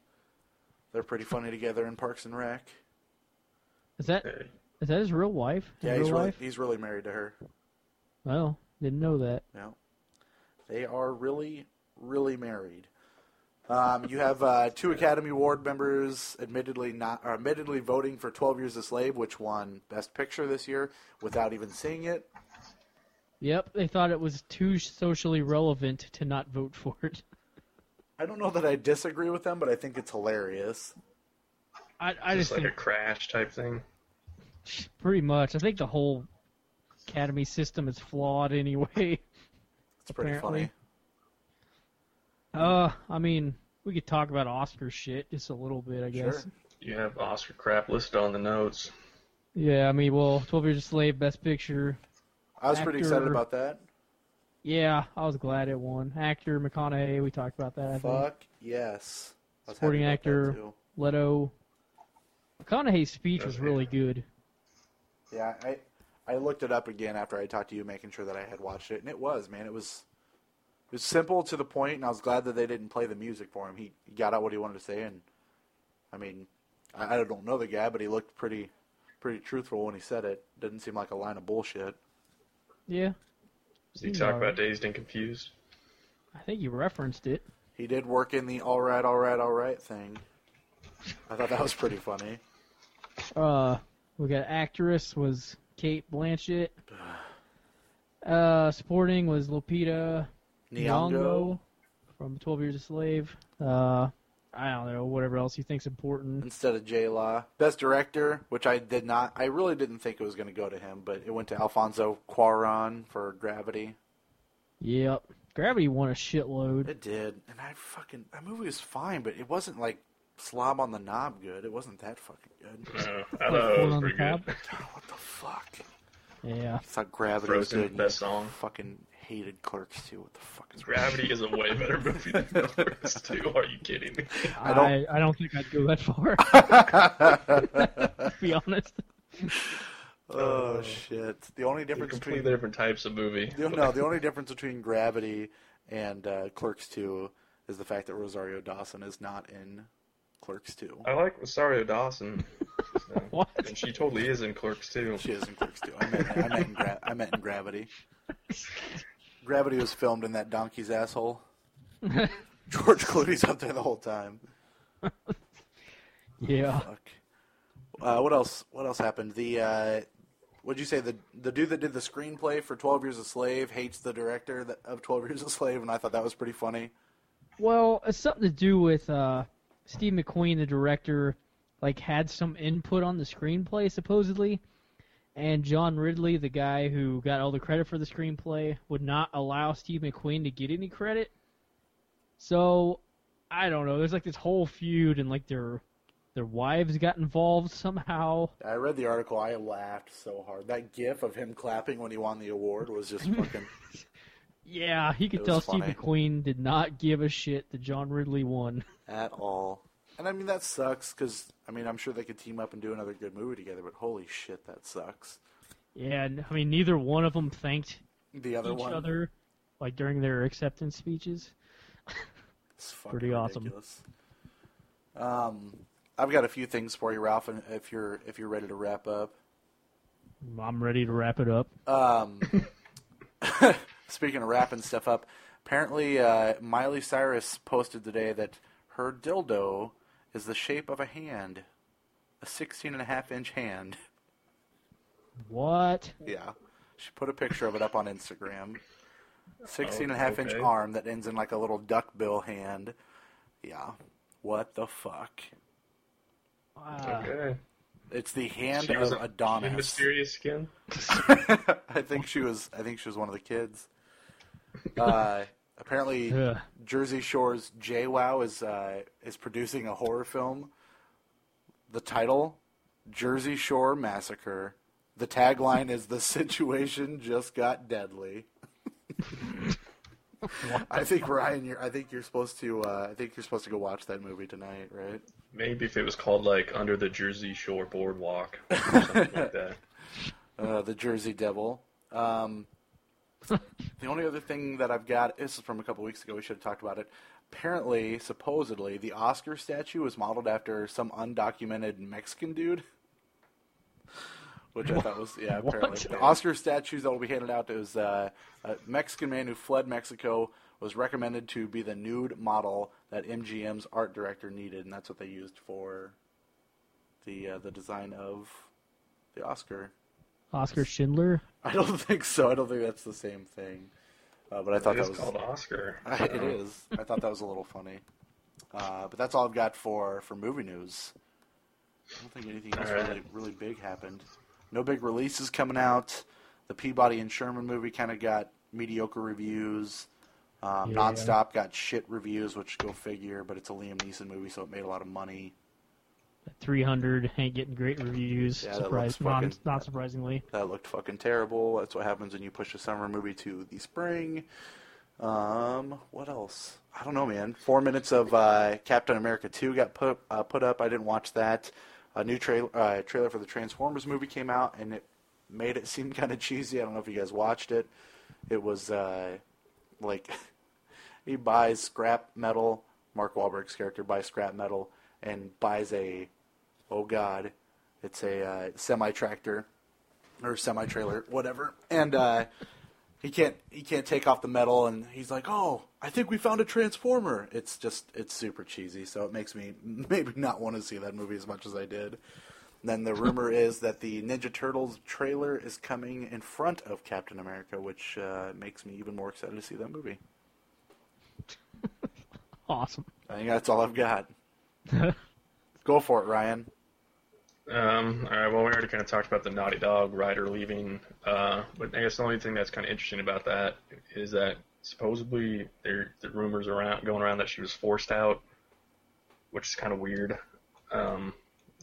They're pretty funny together in Parks and Rec. Is that Hey, is that his real wife? His Yeah, real he's really wife? he's really married to her. Well, didn't know that. No. They are really, really married. Um, you have uh, two Academy Award members admittedly not or admittedly voting for 12 Years a Slave, which won Best Picture this year without even seeing it. Yep, they thought it was too socially relevant to not vote for it. I don't know that I disagree with them, but I think it's hilarious. I, I just just like a think crash type thing. pretty much. I think the whole academy system is flawed anyway. It's pretty Apparently. funny. Uh, I mean, we could talk about Oscar shit just a little bit, I guess. Sure. You have Oscar crap listed on the notes. Yeah, I mean, well, Twelve Years a Slave, Best Picture. I was pretty excited Actor- about that. Yeah, I was glad it won. Actor McConaughey, we talked about that. I think. Fuck yes. I was happy Supporting about that, actor. too. Leto. McConaughey's speech was really good. Yeah, I I looked it up again after I talked to you, making sure that I had watched it, and it was man, it was it was simple to the point, and I was glad that they didn't play the music for him. He, he got out what he wanted to say, and I mean, I, I don't know the guy, but he looked pretty pretty truthful when he said it. Didn't seem like a line of bullshit. Yeah, So you He's talk alright. about dazed and confused. I think you referenced it. He did work in the all right, all right, all right thing. I thought that was pretty funny. Uh, we got actress was Kate Blanchett. Uh, supporting was Lupita Nyong'o Nyong'o from Twelve Years a Slave. Uh, I don't know whatever else he thinks important. instead of J Law, best director, which I did not, I really didn't think it was going to go to him, but it went to Alfonso Cuarón for Gravity. Yep, Gravity won a shitload. It did, and I fucking that movie was fine, but it wasn't like slob on the knob good. It wasn't that fucking good. Uh, I thought it Hold was on pretty the good. God, what the fuck? Yeah, I thought Gravity was Frozen, good. and best you song. Fucking hated Clerks too. What the fuck is Gravity is a way better movie than the first two. Are you kidding me? I don't- I, don't think I'd go that far. to be honest. Oh shit! The only They're difference completely between the, different types of movie. no, the only difference between Gravity and uh, Clerks two is the fact that Rosario Dawson is not in Clerks two. I like Rosario Dawson. so- What? And she totally is in Clerks too. She is in Clerks too. I meant, I meant, in, gra- I meant in Gravity. Gravity was filmed in that donkey's asshole. George Clooney's up there the whole time. Yeah. Fuck. Uh, what else? What else happened? The uh, what'd you say? The the dude that did the screenplay for Twelve Years a Slave hates the director that, of Twelve Years a Slave, and I thought that was pretty funny. Well, it's something to do with uh, Steve McQueen, the director, like had some input on the screenplay supposedly, and John Ridley, the guy who got all the credit for the screenplay, would not allow Steve McQueen to get any credit. So, I don't know. There's like this whole feud, and like their their wives got involved somehow. I read the article. I laughed so hard. That GIF of him clapping when he won the award was just fucking. Yeah, he It could was tell Steve funny. McQueen did not give a shit that John Ridley won. at all. And I mean that sucks because I mean I'm sure they could team up and do another good movie together, but holy shit, that sucks. Yeah, and, I mean neither one of them thanked The other each one other like during their acceptance speeches. is fucking pretty awesome. ridiculous. Um, I've got a few things for you, Ralph, and if you're if you're ready to wrap up. I'm ready to wrap it up. Um, speaking of wrapping stuff up, apparently uh, Miley Cyrus posted today that her dildo is the shape of a hand, a 16 and a half inch hand. What? Yeah. She put a picture of it up on Instagram. 16 and a half inch Oh, okay. arm that ends in like a little duckbill hand. Yeah. What the fuck? Wow. Okay. It's the hand She was of a- she Adonis. mysterious skin. I think she was. I think she was one of the kids. Uh, apparently, Ugh. Jersey Shore's JWoww is uh, is producing a horror film. The title, Jersey Shore Massacre. The tagline is "The situation just got deadly." I think Ryan, you're. I think you're supposed to. Uh, I think you're supposed to go watch that movie tonight, right? Maybe if it was called like Under the Jersey Shore Boardwalk or something like that. uh, the Jersey Devil. Um, the only other thing that I've got this is from a couple weeks ago. We should have talked about it. Apparently, supposedly, the Oscar statue was modeled after some undocumented Mexican dude. Which I thought was yeah. Apparently, the Oscar statues that will be handed out is uh, a Mexican man who fled Mexico was recommended to be the nude model that MGM's art director needed, and that's what they used for the uh, the design of the Oscar. Oscar Schindler. I don't think so. I don't think that's the same thing. Uh, but I thought It is that was called Oscar. I, it is. I thought that was a little funny. Uh, but that's all I've got for for movie news. I don't think anything else Alright. really really big happened. No big releases coming out. The Peabody and Sherman movie kind of got mediocre reviews. Um, Yeah. Nonstop got shit reviews, which go figure. But it's a Liam Neeson movie, so it made a lot of money. 300 ain't getting great reviews. Yeah, that surprise, looks non, fucking- not surprisingly. That looked fucking terrible. That's what happens when you push a summer movie to the spring. Um, what else? I don't know, man. Four minutes of uh, Captain America 2 got put uh, put up. I didn't watch that. A new trailer uh, trailer for the Transformers movie came out, and it made it seem kind of cheesy. I don't know if you guys watched it. It was uh, like he buys scrap metal. Mark Wahlberg's character buys scrap metal and buys a oh god, it's a uh, semi tractor or semi trailer, whatever. And uh, he can't he can't take off the metal, and he's like, "Oh, I think we found a transformer." It's just it's super cheesy, so it makes me maybe not want to see that movie as much as I did. Then the rumor is that the Ninja Turtles trailer is coming in front of Captain America, which uh, makes me even more excited to see that movie. Awesome. I think that's all I've got. Go for it, Ryan. Um, all right, well, we already kind of talked about the Naughty Dog writer leaving, uh, but I guess the only thing that's kind of interesting about that is that supposedly there the rumors around going around that she was forced out, which is kind of weird. Um,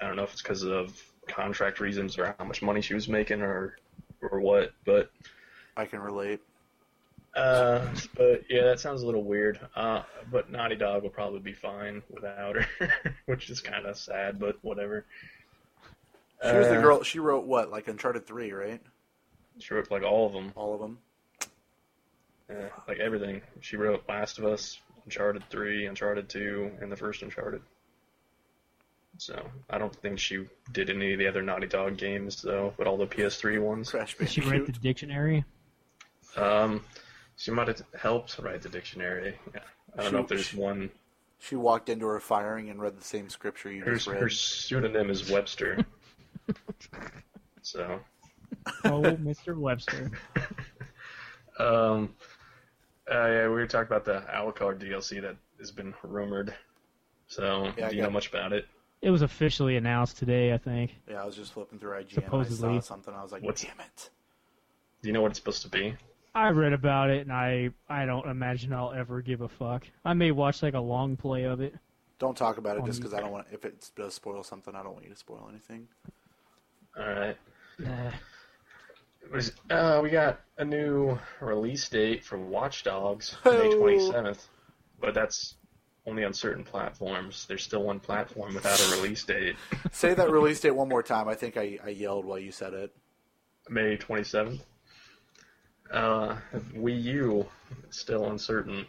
I don't know if it's because of contract reasons or how much money she was making or or what, but I can relate. uh, but yeah, that sounds a little weird. Uh, but Naughty Dog will probably be fine without her, which is kind of sad, but whatever. She was the Uh, girl. She wrote what, like Uncharted Three, right? She wrote like all of them, All of them. yeah, Uh, like everything. She wrote Last of Us, Uncharted Three, Uncharted Two, and the first Uncharted. So I don't think she did any of the other Naughty Dog games though, but all the PS3 ones. Crash Did she write the Bandicoot. dictionary? Um, she might have helped write the dictionary. Yeah. I don't know if there's one. She walked into her firing and read the same scripture you Her, just read. her pseudonym is Webster. so Oh, Mr. Webster. Um, uh, yeah, we were talking about the Alucard DLC that has been rumored. So, Yeah, I do you know got- much about it? It was officially announced today, I think. Yeah, I was just flipping through IGN and I Supposedly. saw something. I was like, What's- damn it. Do you know what it's supposed to be? I read about it, and I I don't imagine I'll ever give a fuck. I may watch like a long play of it. Don't talk about it just Um, because I don't want. If it does spoil something, I don't want you to spoil anything. All right. Nah. Was- Uh, we got a new release date for Watch Dogs, May Oh. 27th, but that's only on certain platforms. There's still one platform without a release date, Say that release date one more time. I think I, I yelled while you said it. May 27th. Uh, Wii U is still uncertain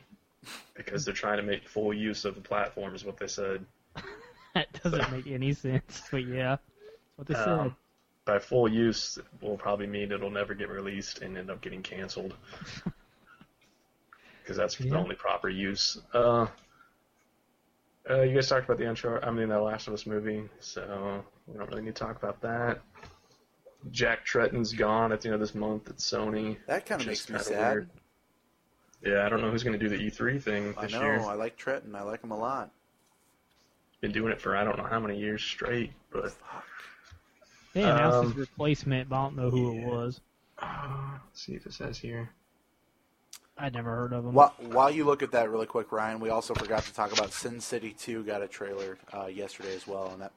because they're trying to make full use of the platform, is what they said. that doesn't make any sense. But yeah, that's what they Um, by full use will probably mean it'll never get released and end up getting canceled because that's the Yeah. only proper use. Uh, uh, you guys talked about the intro. I mean, the Last of Us movie, so we don't really need to talk about that. Jack Tretton's gone at the end of this month at Sony. That kind of which makes is me kinda sad. weird. Yeah, I don't know who's going to do the E3 thing I this know. year. I like Trenton. I like him a lot. Been doing it for I don't know how many years straight, but They announced his Um, replacement, but I don't know who it was. uh, let's see if it says here. I'd never heard of him. While, while you look at that really quick, Ryan, we also forgot to talk about Sin City 2 got a trailer uh, yesterday as well, and that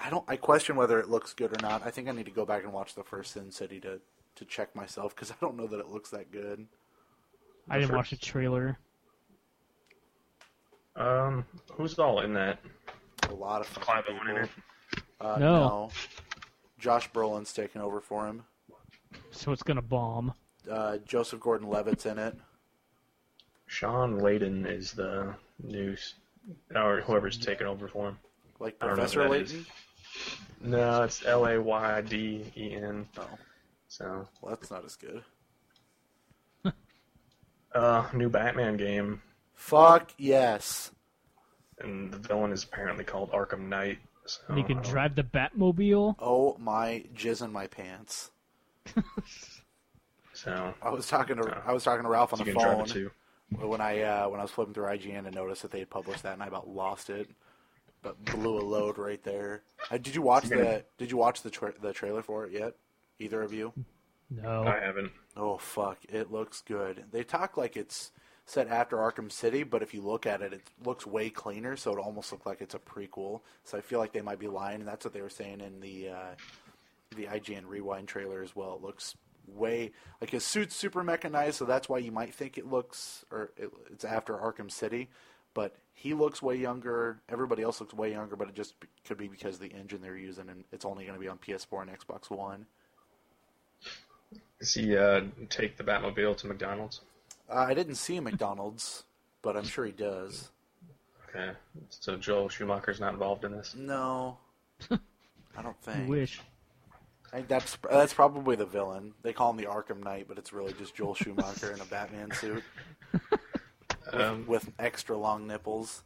I don't I question whether it looks good or not. I think I need to go back and watch the first Sin City to to check myself because I don't know that it looks that good. I didn't Sure. watch the trailer. Um, who's all in that? A lot of fucking Clive people. Owen in it? Uh, No. Josh Brolin's taking over for him. So it's gonna bomb. Uh, Joseph Gordon-Levitt's in it. Sean Layden is the new, s- or whoever's taking over for him. Like I don't know who Professor that is. Layton. No, it's L A Y D E N. No, So, well, that's not as good. uh, new Batman game, Fuck yes. and the villain is apparently called Arkham Knight. So And he can I don't- drive the Batmobile. Oh my jizz in my pants. So I was talking to Yeah. I was talking to Ralph on you the can drive it phone too. when I uh, when I was flipping through IGN and noticed that they had published that, and I about lost it, but blew a load right there. Uh, did you watch You're gonna- the Did you watch the tra- the trailer for it yet? Either of you? No, I haven't. Oh fuck! It looks good. They talk like it's set after Arkham City, but if you look at it, it looks way cleaner. So it almost looked like it's a prequel. So I feel like they might be lying, and that's what they were saying in the uh, the IGN Rewind trailer as well. It looks way like his suit's super mechanized, so that's why you might think it looks or it, it's after Arkham City. But he looks way younger. Everybody else looks way younger, but it just be- could be because of the engine they're using, and it's only going to be on PS4 and Xbox One. Does he uh, take the Batmobile to McDonald's? Uh, I didn't see McDonald's, but I'm sure he does. Okay, so Joel Schumacher's not involved in this. No, I don't I think. wish. I, that's that's probably the villain. They call him the Arkham Knight, but it's really just Joel Schumacher in a Batman suit Um, with extra long nipples.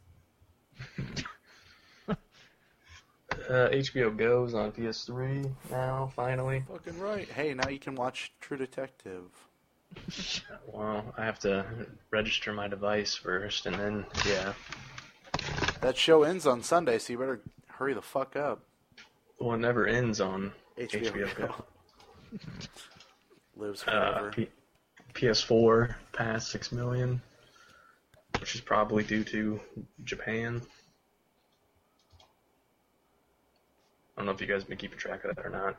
uh, HBO Go's on PS3 now. Finally, Fucking right. Hey, now you can watch True Detective. well, I have to register my device first, and then yeah. That show ends on Sunday, so you better hurry the fuck up. Well, it never ends on HBO, HBO, Go. lives Uh, forever. P- PS4 past six million, which is probably due to Japan. I don't know if you guys have been keeping track of that or not.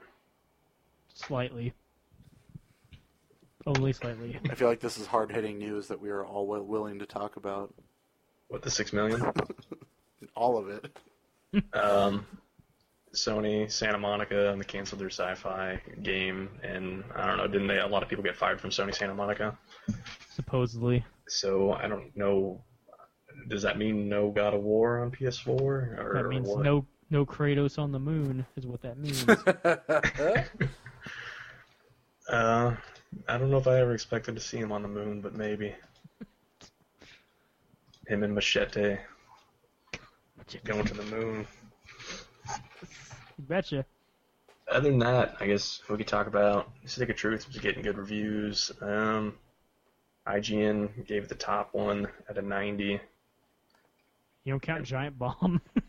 Slightly. Only slightly. I feel like this is hard hitting news that we are all well willing to talk about. What the six million? All of it. um, Sony, Santa Monica, and they canceled their sci-fi game, and I don't know. Didn't they? A lot of people get fired from Sony Santa Monica. Supposedly. So I don't know. Does that mean no God of War on PS4? Or That means what? no no Kratos on the moon is what that means. Uh, I don't know if I ever expected to see him on the moon, but maybe. Him and Machete going to the moon. betcha. Other than that, I guess we could talk about Stick of Truth was getting good reviews. Um, IGN gave it the top one at a 90. You don't count Giant Bomb.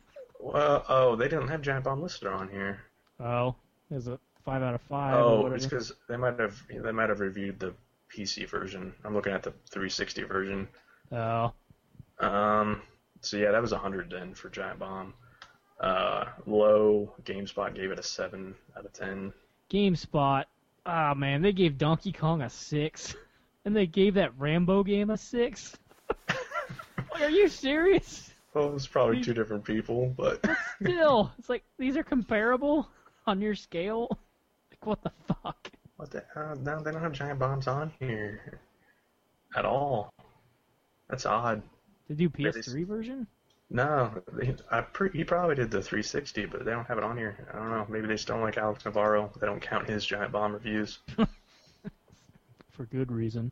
Well, oh, they didn't have Giant Bomb listed on here. oh, there's a five out of five. or Oh, whatever. it's because they might have they might have reviewed the PC version. I'm looking at the 360 version. Oh, Um, so yeah, that was 100 then for Giant Bomb. Uh, low GameSpot gave it a seven out of ten. GameSpot. Ah man, they gave Donkey Kong a six, and they gave that Rambo game a six. like, are you serious? Well, it was probably two different people, but Still, it's like these are comparable on your scale. Like what the fuck? what the? Uh, no, they don't have Giant Bombs on here at all. That's odd. They do PS3 version? No, they, I pre- he probably did the 360, but they don't have it on here. I don't know. Maybe they just don't like Alex Navarro. They don't count his Giant Bomb reviews. For good reason.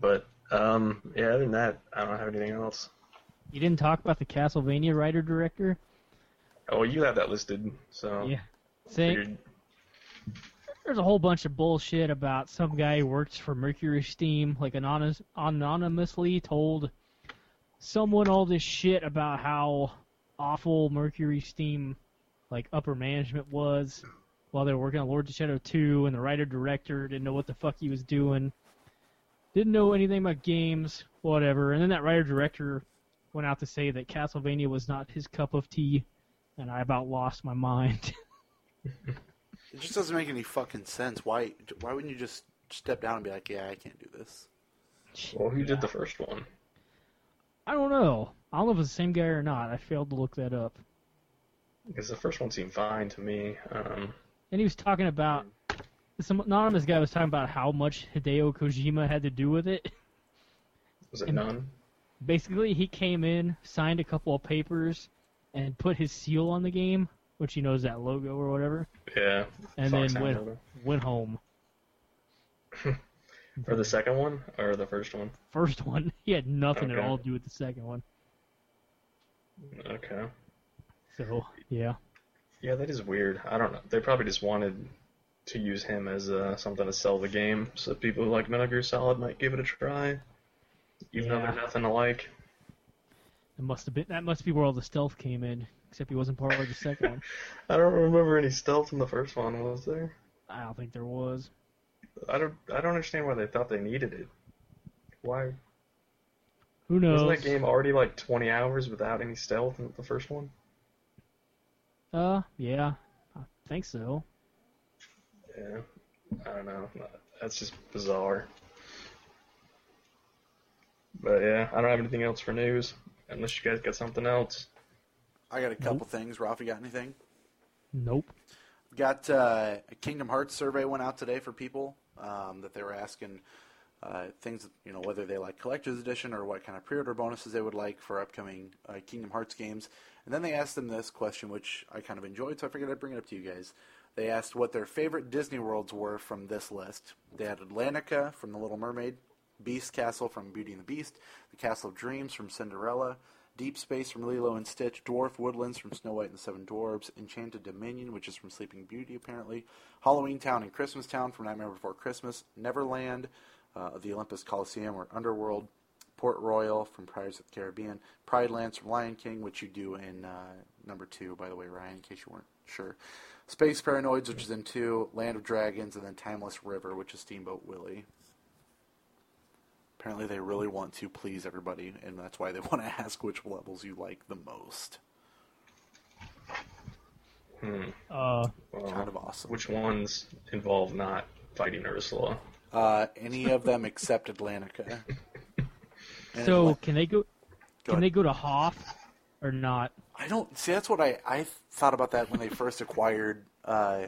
But um, yeah, other than that, I don't have anything else. You didn't talk about the Castlevania writer director? Oh, you have that listed, so Yeah. Saying figured- there's a whole bunch of bullshit about some guy who works for Mercury Steam, like anonymous, anonymously told someone all this shit about how awful Mercury Steam, like upper management was, while they were working on Lords of Shadow 2, and the writer director didn't know what the fuck he was doing, didn't know anything about games, whatever. And then that writer director went out to say that Castlevania was not his cup of tea, and I about lost my mind. It just doesn't make any fucking sense. Why? Why wouldn't you just step down and be like, "Yeah, I can't do this." Well, who did the first one? I don't know. I don't know if it's the same guy or not. I failed to look that up. Because the first one seemed fine to me. Um, And he was talking about some anonymous guy was talking about how much Hideo Kojima had to do with it. was it And- none? Basically, he came in, signed a couple of papers, and put his seal on the game, which he knows that logo or whatever, Yeah. and Fox then went Hound. went home. For the second one or the first one? First one, he had nothing at Okay. all to do with the second one. Okay. So yeah, Yeah, that is weird. I don't know. They probably just wanted to use him as uh, something to sell the game, so people who like Metal Gear Solid might give it a try, even though Yeah. they're nothing alike. it must have been that must be where all the stealth came in. Except he wasn't part of the second one. I don't remember any stealth in the first one, was there? I don't think there was. I don't. I don't understand why they thought they needed it. Why Who knows? wasn't that game already like 20 hours without any stealth in the first one? Uh, yeah, I think so. Yeah, I don't know. That's just bizarre. But yeah, I don't have anything else for news, unless you guys got something else. I got a couple things. Rafi, got anything? Nope. Got uh, a Kingdom Hearts survey went out today for people um, that they were asking uh, things, you know, whether they like collector's edition or what kind of pre-order bonuses they would like for upcoming uh, Kingdom Hearts games. And then they asked them this question, which I kind of enjoyed, so I figured I'd bring it up to you guys. They asked what their favorite Disney worlds were from this list. They had Atlantica from The Little Mermaid, Beast Castle from Beauty and the Beast, The Castle of Dreams from Cinderella, Deep Space from Lilo and Stitch, Dwarf Woodlands from Snow White and the Seven Dwarfs, Enchanted Dominion, which is from Sleeping Beauty apparently, Halloween Town and Christmas Town from Nightmare Before Christmas, Neverland, uh, the Olympus Coliseum or Underworld, Port Royal from Pirates of the Caribbean, Pride Lands from Lion King, which you do in uh, number two, by the way, Ryan, in case you weren't sure. Space Paranoids, which is in two, Land of Dragons, and then Timeless River, which is Steamboat Willie. Apparently, they really want to please everybody, and that's why they want to ask which levels you like the most. Uh, Well, Kind of awesome. Which ones involve not fighting Ursula? Uh, any of them except Atlantica. And so Atla- can they go? Go can ahead. they go to Hoth or not? I don't see. That's what I I thought about that when they first acquired uh,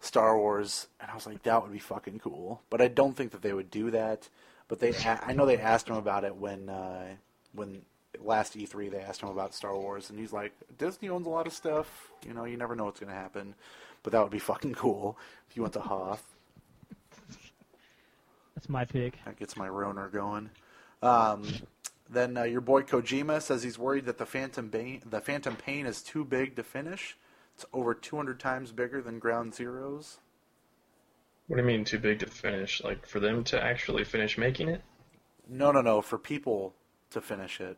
Star Wars, and I was like, that would be fucking cool. But I don't think that they would do that. But they, a- I know they asked him about it when uh, when last E3 they asked him about Star Wars, and he's like, Disney owns a lot of stuff. You know, you never know what's gonna happen. But that would be fucking cool if you went to Hoth. That's my pick. That gets my Roner going. Um, then uh, your boy Kojima says he's worried that the Phantom Pain, the Phantom Pain is too big to finish. It's over 200 times bigger than Ground Zeroes. What do you mean too big to finish? Like for them to actually finish making it? No, no, no, for people to finish it.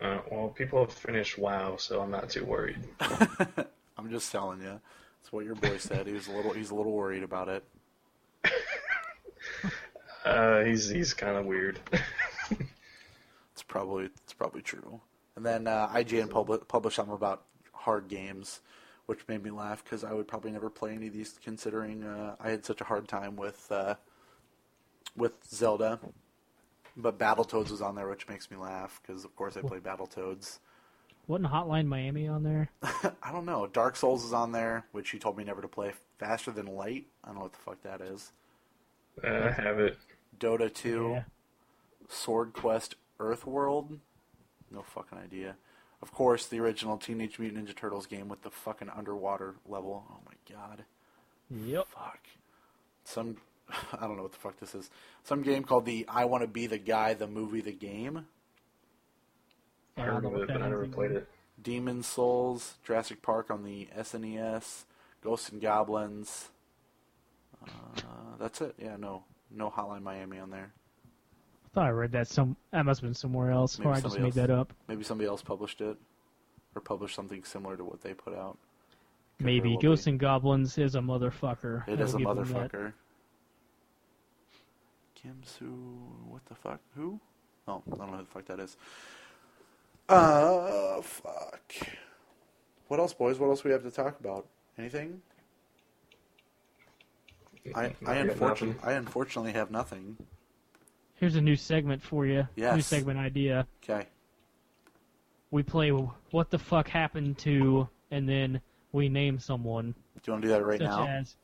Uh, well, people have finished WoW, so I'm not too worried. I'm just telling you. That's what your boy said. He was a little, he's a little worried about it. Uh, he's he's kind of weird. It's probably it's probably true. And then uh, IGN pub- published something about hard games, which made me laugh because I would probably never play any of these, considering uh, I had such a hard time with uh, with Zelda. But Battletoads was on there, which makes me laugh because, of course, I play Battletoads. Wasn't Hotline Miami on there? I don't know. Dark Souls is on there, which you told me never to play. Faster Than Light. I don't know what the fuck that is. uh, have it. Dota 2. Yeah. Sword Quest Earthworld. No fucking idea. Of course, the original Teenage Mutant Ninja Turtles game with the fucking underwater level. Oh my god. Yep. Fuck. Some. I don't know what the fuck this is. Some game called the I Want to Be the Guy, the movie, the game. I heard of it, but I never played it. Demon Souls, Jurassic Park on the SNES, E Ghosts and Goblins. Uh, that's it. Yeah, no, no Hotline Miami on there. I thought I read that some. That must have been somewhere else, Maybe or I just somebody made else. that up. Maybe somebody else published it, or published something similar to what they put out. Could very Maybe well Ghosts be. and Goblins is a motherfucker. It I is a will give them that. motherfucker. Kim Soo, what the fuck? Who? Oh, I don't know who the fuck that is. Uh, fuck. What else, boys? What else we have to talk about? Anything? I, I, Nothing. unfortunately, I unfortunately have nothing. Here's a new segment for you. New Yes. segment idea. Okay. We play What the Fuck Happened to, and then we name someone. Do you want to do that right such now? as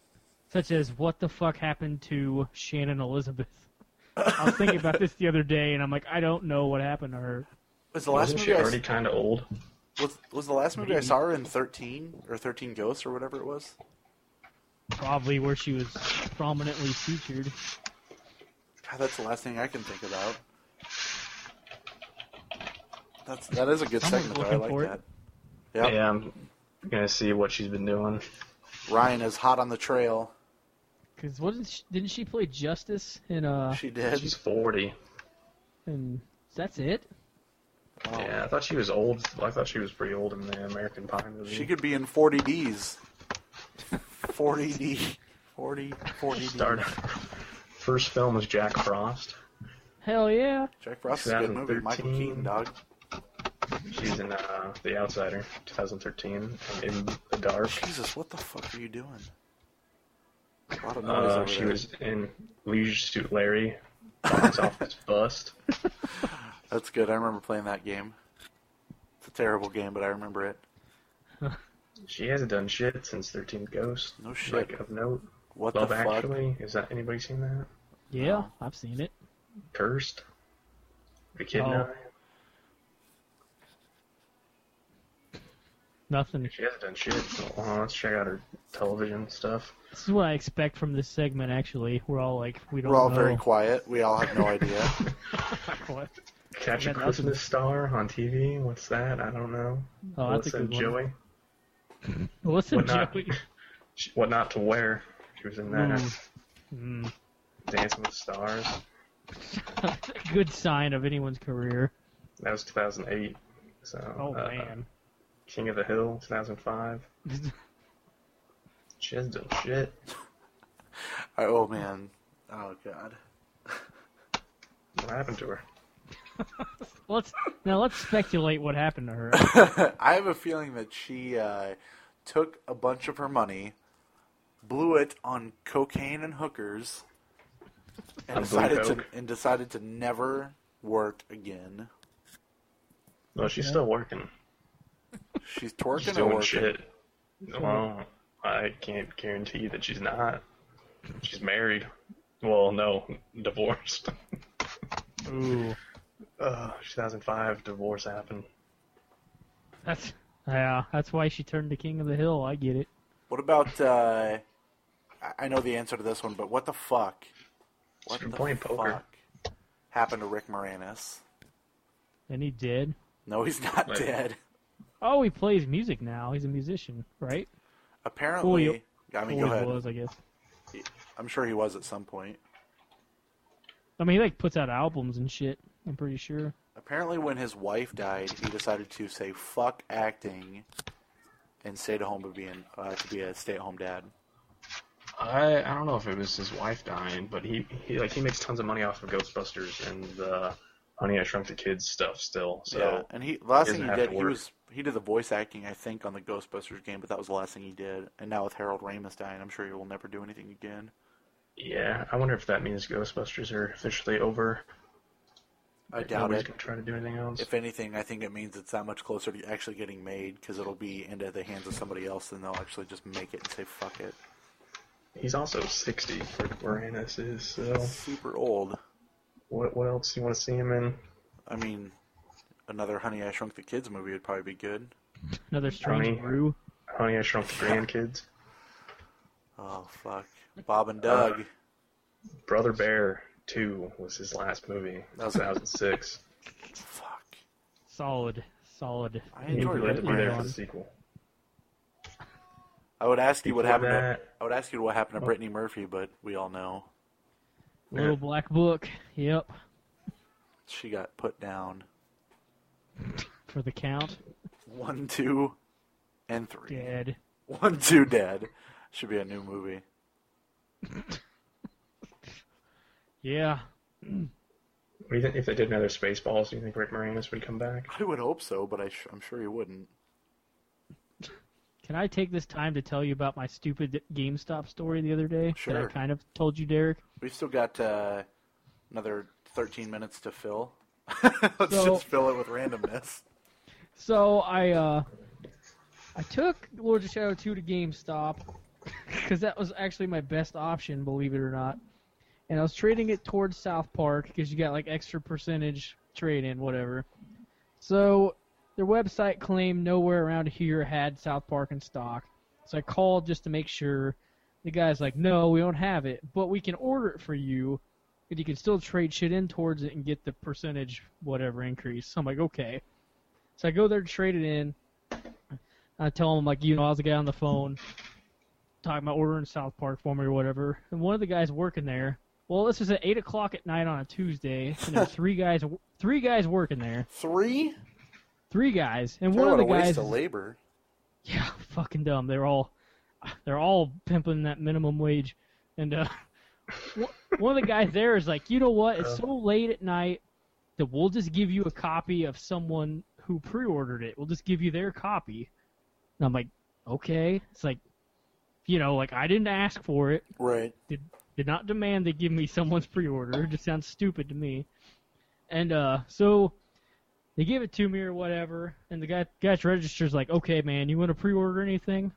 such as what the fuck happened to Shannon Elizabeth. I was thinking about this the other day, and I'm like, I don't know what happened to her. Was the last Wasn't she movie I, already kind of old? s- was, was the last movie I saw her in thirteen or thirteen Ghosts or whatever it was? Probably where she was prominently featured. God, that's the last thing I can think about. That's that is a good Someone's segment. Though. I looking like for it. that. Yep. Yeah, I'm gonna see what she's been doing. Ryan is hot on the trail. Because wasn't she, didn't she play Justice in uh? She did. She's forty. And that's it. Oh. Yeah, I thought she was old. I thought she was pretty old in the American Pie movie. She could be in 40Ds. 40D. 40, 40 start. First film was Jack Frost. Hell yeah. Jack Frost is a good movie. 2013. Michael Keaton, dog. She's in uh, The Outsider, 2013, and In the Dark. Jesus, what the fuck are you doing? A lot of noise Uh, over she there. was in Leisure Suit Larry, box office bust. That's good. I remember playing that game. It's a terrible game, but I remember it. She hasn't done shit since 13 Ghosts. No shit. Like of note. What Love the fuck? Actually, is that anybody seen that? Yeah, I've seen it. Cursed. The Kid Oh. Nine. Nothing. She hasn't done shit. So, uh, let's check out her television stuff. This is what I expect from this segment. Actually, we're all like, we don't We're all know. very quiet. We all have no idea. What? Catch Got a nothing. Christmas Star on TV. What's that? I don't know. Oh, that's a Melissa good one. Joey. Listen, What not? Joey. She- What not to wear. She was in that. Hmm. Mm. Dancing with Stars. Good sign of anyone's career. That was 2008. So, Oh uh, man. King of the Hill, 2005. She hasn't done shit. I- oh, man. Oh, God. What happened to her? let's now let's speculate what happened to her. I have a feeling that she uh, took a bunch of her money, blew it on cocaine and hookers, and On blue decided to coke. and decided to never work again. No, she's still working. She's twerking She's or doing working. shit. Well, I can't guarantee that she's not. She's married. Well, no, divorced. Ooh, uh, 2005, divorce happened. that's yeah. That's why she turned to King of the Hill. I get it. What about? Uh, I- I know the answer to this one, but what the fuck? What been the playing poker. fuck happened to Rick Moranis? And he did. No, he's not Like- dead. Oh, he plays music now. He's a musician, right? Apparently, Coolio- I mean, go Always ahead. was, I guess. I'm sure he was at some point. I mean, he like puts out albums and shit. I'm pretty sure. Apparently, when his wife died, he decided to say "fuck acting" and stayed at home to be an, uh, to be a stay-at-home dad. I I don't know if it was his wife dying, but he, he like he makes tons of money off of Ghostbusters and the Honey I Shrunk the Kids stuff still. So yeah, and he last thing doesn't he have did, to he work. was he did the voice acting, I think, on the Ghostbusters game, but that was the last thing he did. And now with Harold Ramis dying, I'm sure he will never do anything again. yeah, I wonder if that means Ghostbusters are officially over. I Like, doubt Nobody's it. gonna try to do anything else. If anything, I think it means it's that much closer to actually getting made because it'll be into the hands of somebody else, and they'll actually just make it and say "fuck it." He's also 60 for Moranis is. So Super old. what what else do you want to see him in? I mean, another Honey I Shrunk the Kids movie would probably be good. Another strange Johnny. brew. Honey I Shrunk the Grandkids, Oh fuck, Bob and Doug. Brother Bear 2 was his last movie, That was- 2006. Fuck. Solid, solid. I He enjoyed had to Rick be there for the Moranis. sequel. I would ask you what Before happened. To, that- I would ask you what Oh. happened to Brittany Murphy, but we all know Little black book. Yep. she got put down For the count. one, two, and three. Dead. One, two, dead. Should be a new movie. Yeah. What do you think if they did another Spaceballs? Do you think Rick Moranis would come back? I would hope so, but I sh- I'm sure he wouldn't. Can I take this time to tell you about my stupid GameStop story the other day that I Sure. kind of told you, Derek? We've still got uh, another 13 minutes to fill. Let's So- just fill it with randomness. So I uh, I took Lords of Shadow 2 to GameStop because that was actually my best option, believe it or not. And I was trading it towards South Park because you got like extra percentage trade in, whatever. So their website claimed nowhere around here had South Park in stock. So I called just to make sure. The guy's like, "No, we don't have it, but we can order it for you, and you can still trade shit in towards it and get the percentage whatever increase." So I'm like, "Okay." So I go there to trade it in. I tell him like, you know, I was the guy on the phone talking about ordering South Park for me or whatever. And one of the guys working there. Well, this is at eight o'clock at night on a Tuesday, and there's three guys, three guys working there, Three? three guys, and Talk one of about the a waste guys of is- labor. yeah, fucking dumb. They're all they're all pimping that minimum wage, and uh, one- one of the guys there is like, you know what? It's so late at night that we'll just give you a copy of someone who pre-ordered it. We'll just give you their copy. And I'm like, okay. It's like, you know, like I didn't ask for it Right. did not demand they give me someone's pre-order. It just sounds stupid to me. And uh, so they give it to me or whatever, and the guy guy's register's like, "Okay, man, you want to pre-order anything?"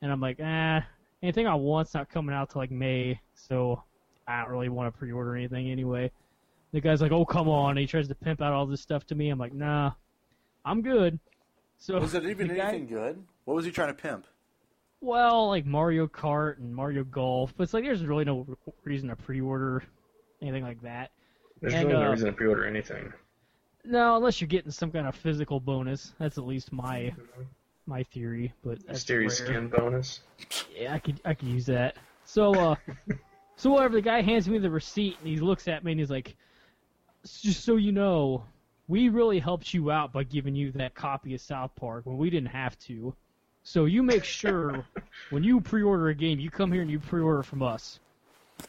And I'm like, "Ah, anything I want's not coming out till like May, so I don't really want to pre-order anything anyway." The guy's like, "Oh, come on!" And he tries to pimp out all this stuff to me. I'm like, "Nah, I'm good." So Was it even the guy- anything good? What was he trying to pimp? well, like Mario Kart and Mario Golf, but it's like there's really no re- reason to pre-order anything like that. There's And, really no uh, reason to pre-order anything. No, unless you're getting some kind of physical bonus. That's at least my my theory. But that's Mysterious rare. skin bonus. Yeah, I could I could use that. So uh, so whatever. The guy hands me the receipt and he looks at me and he's like, "S- "Just so you know, we really helped you out by giving you that copy of South Park when we didn't have to. So you make sure when you pre-order a game, you come here and you pre-order from us."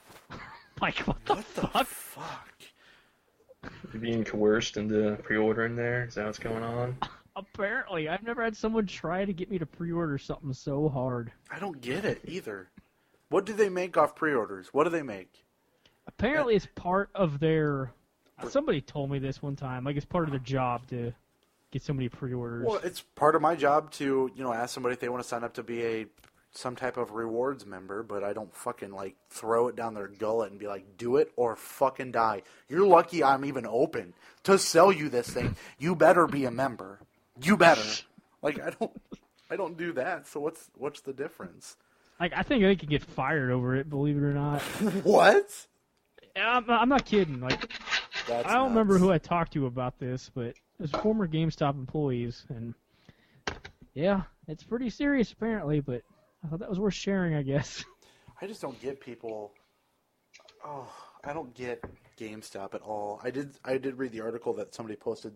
like what the What the fuck? fuck? You're being coerced into pre-ordering there. Is that what's going on? Apparently, I've never had someone try to get me to pre-order something so hard. I don't get it either. What do they make off pre-orders? What do they make? Apparently, it's part of their. Somebody told me this one time. Like it's part of their job to get so many pre-orders. Well, it's part of my job to you know ask somebody if they want to sign up to be a some type of rewards member, but I don't fucking like throw it down their gullet and be like, do it or fucking die. You're lucky I'm even open to sell you this thing. You better be a member. You better. Like I don't, I don't do that. So what's what's the difference? Like I think they could get fired over it. Believe it or not, What? I'm, I'm not kidding. Like That's I don't remember who I talked to about this, but it was former GameStop employees, and yeah, it's pretty serious apparently. But I thought that was worth sharing. I guess. I just don't get people. Oh, I don't get GameStop at all. I did. I did read the article that somebody posted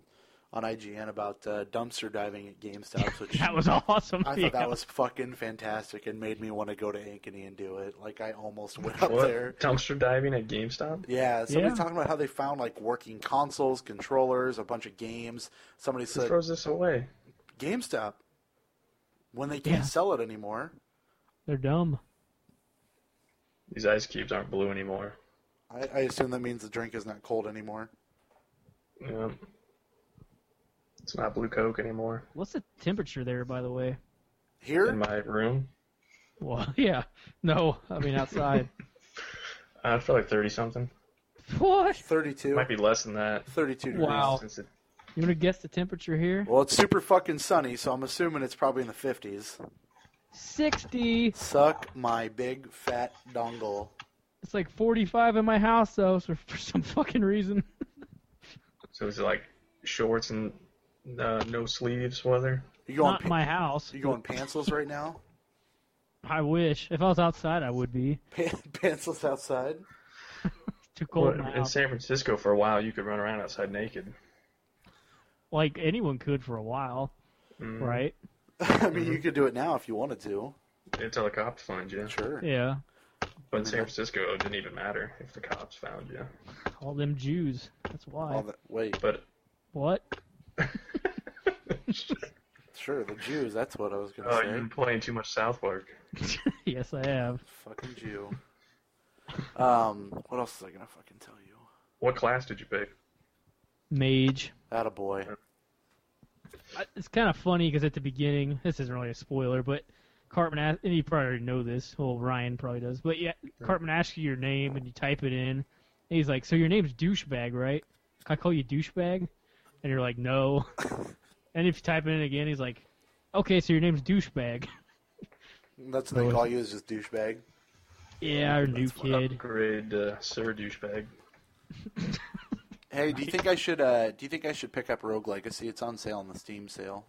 on IGN about uh, dumpster diving at GameStop, which That was awesome. I yeah. thought that was fucking fantastic and made me want to go to Ankeny and do it. Like I almost went up What? there. Dumpster diving at GameStop? Yeah, somebody's Yeah. talking about how they found like working consoles, controllers, a bunch of games. Somebody Who said throws this away? GameStop when they can't Yeah. sell it anymore. They're dumb. These ice cubes aren't blue anymore. I, I assume that means the drink is not cold anymore. Yeah. It's not blue Coke anymore What's the temperature there, by the way? Here, in my room. Well, yeah. No, I mean outside. Uh, I feel like 30 something. what? thirty-two. Might be less than that. 32 degrees. Wow. Since it, You want to guess the temperature here? Well, it's super fucking sunny, so I'm assuming it's probably in the 50s. 60. Suck my big fat dongle. It's like 45 in my house, though, so for some fucking reason. so is it like shorts and uh, no sleeves weather? You going Not my house. you going pantsless right now? I wish. If I was outside, I would be. Pantsless outside. It's too cold Well, now. in San Francisco for a while, you could run around outside naked. Like anyone could for a while, Mm, right? I mean, Mm-hmm. you could do it now if you wanted to. Until the cops find you. Sure. Yeah. But in San Francisco, it didn't even matter if the cops found you. All them Jews. That's why. All the, wait, But What? sure, the Jews. That's what I was gonna uh, say. you've been playing too much South Park. Yes, I have. Fucking Jew. um, what else is I gonna fucking tell you? What class did you pick? Mage. That a boy. I- It's kind of funny because at the beginning, this isn't really a spoiler, but Cartman, as- and you probably already know this. Well, Ryan probably does. But yeah, Cartman asks you your name and you type it in. And he's like, So your name's douchebag, right? Can I call you douchebag? And you're like, No. and if you type it in again, he's like, Okay, so your name's douchebag. That's what they call you is just douchebag. yeah, our new kid. Upgrade uh, Sir Douchebag. Hey, do you think I should? Uh, do you think I should pick up Rogue Legacy? It's on sale on the Steam sale.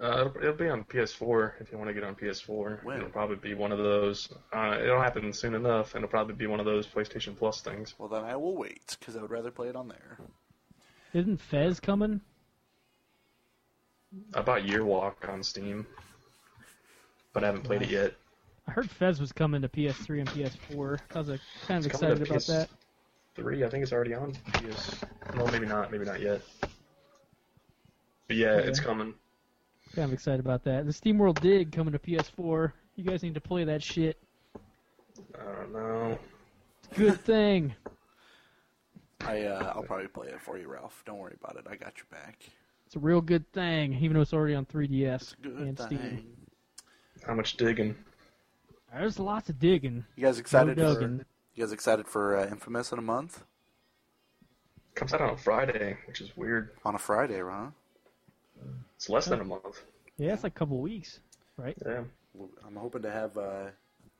Uh, it'll, it'll be on PS4 if you want to get on PS4. When? It'll probably be one of those. Uh, it'll happen soon enough, and it'll probably be one of those PlayStation Plus things. Well, then I will wait because I would rather play it on there. Isn't Fez coming? I bought Year Walk on Steam, but I haven't played it yet. I heard Fez was coming to PS3 and PS4. I was like, kind of It's coming excited to about PS3. that. Three, I think it's already on PS. No, maybe not. Maybe not yet. But yeah, it's coming. Kind of excited about that. The SteamWorld Dig coming to PS4. You guys need to play that shit. I don't know. Good thing. I uh, I'll probably play it for you, Ralph. Don't worry about it. I got your back. It's a real good thing, even though it's already on 3DS Good and Steam. thing. How much digging? There's lots of digging. You guys No excited? for, digging. you guys excited for uh, Infamous in a month Comes out on Friday, which is weird. on a Friday, huh? It's less than a month. Yeah, it's like a couple weeks, right? Yeah. I'm hoping to have, uh,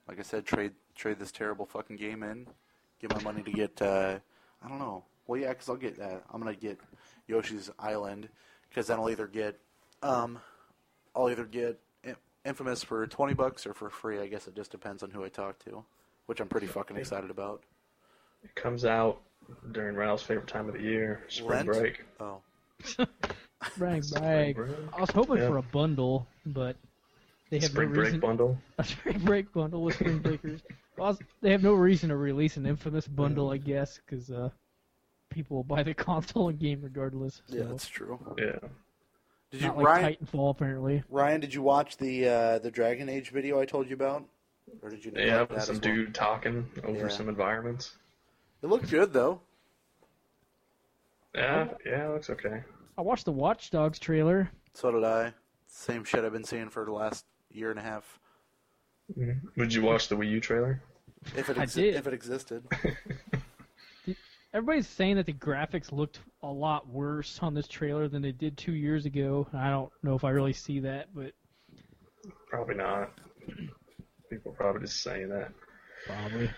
like I said, trade trade this terrible fucking game in, get my money to get. Uh, I don't know. Well, yeah, because I'll get. Uh, I'm gonna get Yoshi's Island because then I'll either get, um, I'll either get In- Infamous for twenty bucks or for free. I guess it just depends on who I talk to, which I'm pretty fucking excited about. It comes out during Ralph's favorite time of the year, spring Lent? break. Oh, Right, right. break. I was hoping Yeah. for a bundle, but they have Spring no break reason. bundle. a spring break bundle with Spring Breakers. Well, I was- they have no reason to release an infamous bundle, I guess, because uh, people will buy the console and game regardless. yeah, so. that's true. Yeah. Did you Not like Ryan? Titanfall, apparently. Ryan, did you watch the uh, the Dragon Age video I told you about, or did you? Yeah, neglect with that some as well? dude talking over Yeah. some environments. It looked good though. Yeah, yeah, it looks okay. I watched the Watch Dogs trailer. So did I. Same shit I've been seeing for the last year and a half. Mm-hmm. Would you watch the Wii U trailer? If it I exi- did. if it existed. Everybody's saying that the graphics looked a lot worse on this trailer than they did two years ago. I don't know if I really see that, but Probably not. People are probably just saying that. probably.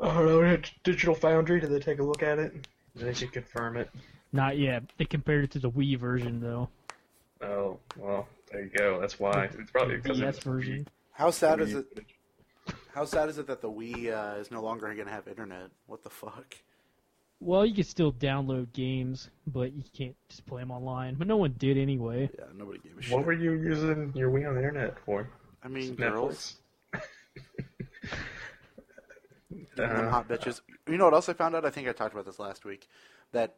I don't know. Digital Foundry, did they take a look at it? Did they could confirm it? Not yet. They compared it to the Wii version, though. Oh, well, there you go. That's why. It's probably because DS it's E version. How sad Wii is it? How sad is it that the Wii uh, is no longer going to have internet? What the fuck? Well, you can still download games, but you can't just play them online. But no one did anyway. Yeah, nobody gave a What shit. were you using your Wii on the internet for? I mean, girls Netflix. and Uh-huh. them hot bitches. You know what else I found out? I think I talked about this last week. That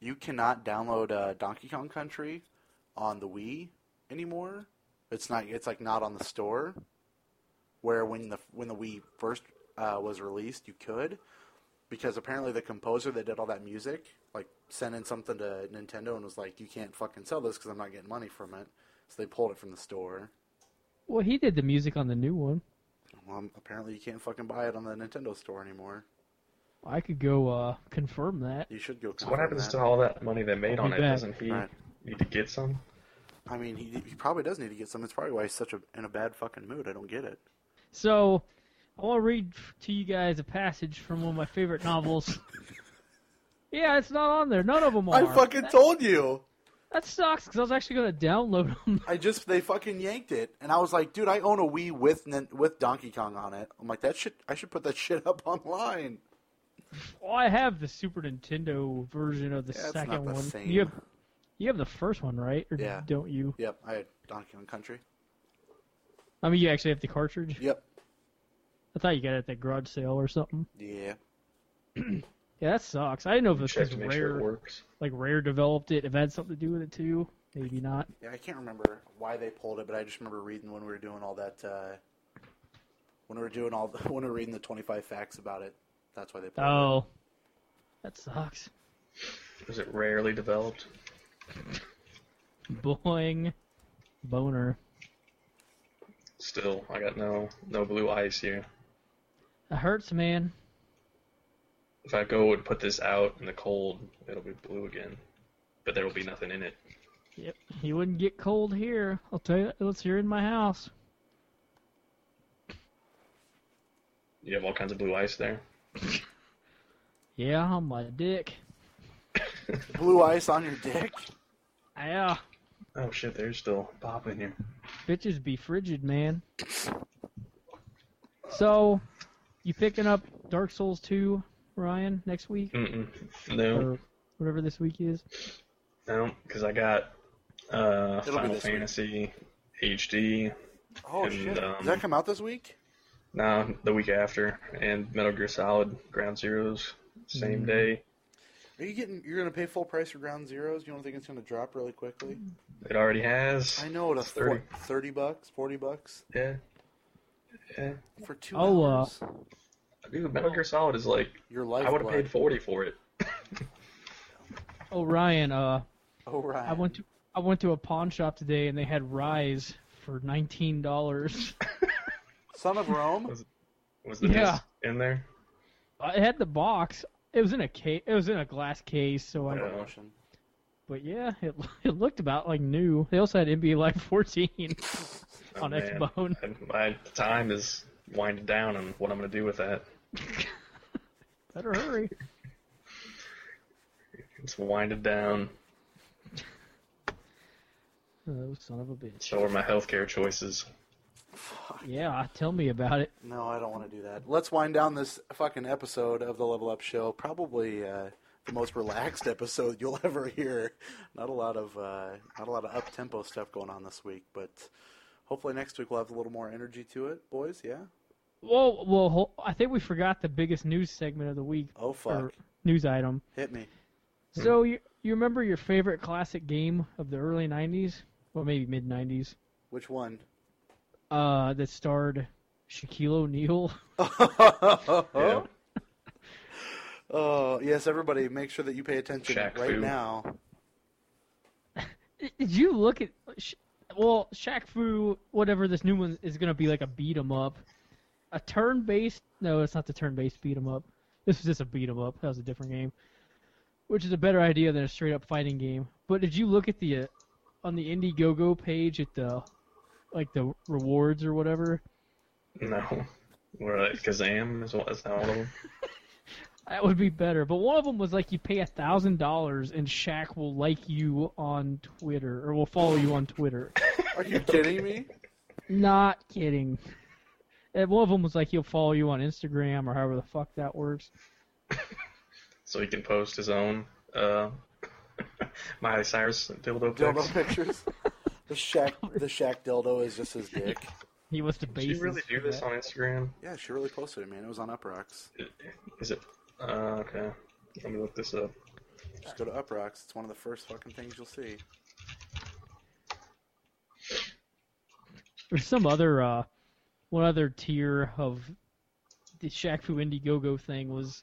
you cannot download uh, Donkey Kong Country on the Wii anymore. It's not. It's like not on the store. Where when the when the Wii first uh, was released, you could, because apparently the composer that did all that music like sent in something to Nintendo and was like, "You can't fucking sell this because I'm not getting money from it." So they pulled it from the store. Well, he did the music on the new one. Well, apparently you can't fucking buy it on the Nintendo store anymore. I could go uh, confirm that. You should go. So what confirm happens that. to all that money they made I'll on be it? back. Doesn't he Alright. need to get some? I mean, he, he probably does need to get some. It's probably why he's such a in a bad fucking mood. I don't get it. So, I want to read to you guys a passage from one of my favorite novels. yeah, it's not on there. None of them are. I fucking told you. That sucks because I was actually going to download them. I just they fucking yanked it, and I was like, dude, I own a Wii with Nin- with Donkey Kong on it. I'm like, that shit. I should put that shit up online. Well, I have the Super Nintendo version of the Yeah, it's second not the one. same. You have you have the first one, right? Or Yeah. Don't you? Yep, I had Donkey Kong Country. I mean, you actually have the cartridge. Yep. I thought you got it at that garage sale or something. Yeah. Yeah, that sucks. I didn't know if it's Check because to rare, make sure it works. like rare developed it. If it had something to do with it too, maybe not. Yeah, I can't remember why they pulled it, but I just remember reading when we were doing all that. Uh, when we were doing all the, when we were reading the 25 facts about it, that's why they pulled it. Oh, that sucks. Was it rarely developed? Boing, boner. Still, I got no no blue eyes here. That hurts, man. If I go and put this out in the cold, it'll be blue again. But there will be nothing in it. Yep, you wouldn't get cold here. I'll tell you. that. It's here in my house. You have all kinds of blue ice there. Yeah, on my dick. Oh. Blue ice on your dick. Yeah, Oh shit, there's still pop in here. bitches be frigid, man. So, you picking up Dark Souls 2, Ryan, next week? Mm-mm. No, Or whatever this week is? no, because I got uh, be Final this week. Fantasy HD. Oh And, shit! um, Does that come out this week? Nah, the week after, and Metal Gear Solid Ground Zeroes same Mm. day. Are you getting? You're gonna pay full price for Ground Zeroes? You don't think it's gonna drop really quickly? Mm. It already has. I know it. a It's 30. thirty, thirty bucks, forty bucks Yeah, yeah. for two Oh, uh, hours. Dude, Metal Gear Solid is like Your life. I would have paid forty for it. Oh, Ryan, uh, Oh right. I went to I went to a pawn shop today and they had Rise for nineteen dollars. Son of Rome. Was the Yeah. disc in there? I had the box. It was in a case. It was in a glass case. So I. Yeah. Promotion. But yeah, it it looked about like new. They also had NBA Live 14 Oh, on man. Xbone. And My time is winding down on what I'm gonna do with that. Better hurry. It's winded down. Oh, son of a bitch. So are my healthcare choices. Yeah, tell me about it. No, I don't want to do that. Let's wind down this fucking episode of the Level Up Show. Probably uh, the most relaxed episode you'll ever hear. Not a lot of uh, not a lot of up tempo stuff going on this week, but hopefully next week we'll have a little more energy to it, boys. Yeah. Whoa, whoa, hol- I think we forgot the biggest news segment of the week. Oh or fuck! news item. Hit me. So you you remember your favorite classic game of the early 90s? Well, maybe mid 90s. Which one? Uh, that starred Shaquille O'Neal. oh yes, everybody, make sure that you pay attention Shaq right Fu. now. Did you look at? Sh- Well, Shaq Fu, whatever this new one is gonna be like a beat 'em up, a turn-based. No, it's not the turn-based beat 'em up. This was just a beat 'em up. That was a different game, which is a better idea than a straight-up fighting game. But did you look at the uh, on the Indiegogo page at the like the rewards or whatever? No. We're like Kazam is what is how all of them. That would be better. But one of them was like you pay a thousand dollars and Shaq will like you on Twitter or will follow you on Twitter. Are you kidding me? Not kidding. And one of them was like, he'll follow you on Instagram or however the fuck that works. So he can post his own uh Miley Cyrus dildo Dildo pics. pictures. The Shaq, the Shaq dildo is just his dick. He was the Did basis. you really do for this that. on Instagram? Yeah, she really posted it, man. It was on Uprocks. Is it uh okay. Let me look this up. Just go to Uprocks. It's one of the first fucking things you'll see. There's some other, uh, one other tier of the Shaq Fu Indiegogo thing was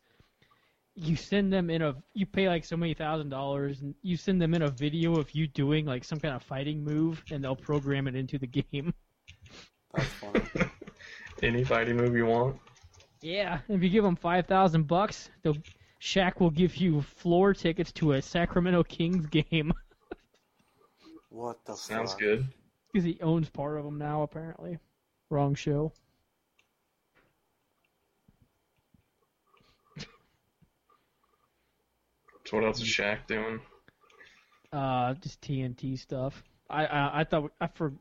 you send them in a, you pay like so many thousand dollars and you send them in a video of you doing like some kind of fighting move and they'll program it into the game. That's funny. Any fighting move you want. Yeah, if you give them five thousand bucks, the Shaq will give you floor tickets to a Sacramento Kings game What the Sounds fuck? good. because he owns part of them now. Apparently, wrong show. Mm. So what else is Shaq doing? uh, just TNT stuff. I I, I thought we, I for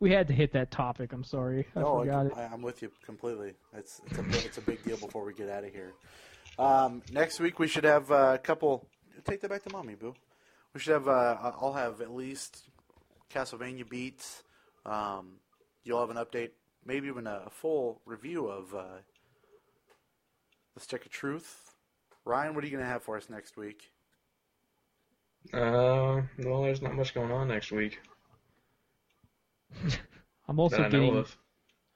we had to hit that topic. I'm sorry, I no, forgot it. I, am with you completely. It's it's a, big- it's a big deal before we get out of here. Um, next week we should have uh, a couple. Take that back to mommy, boo. We should have. Uh, I- I'll have at least Castlevania beats. Um, you'll have an update, maybe even a full review of uh, the Stick of Truth. Ryan, what are you going to have for us next week? Uh, well, there's not much going on next week I'm that also I know getting of.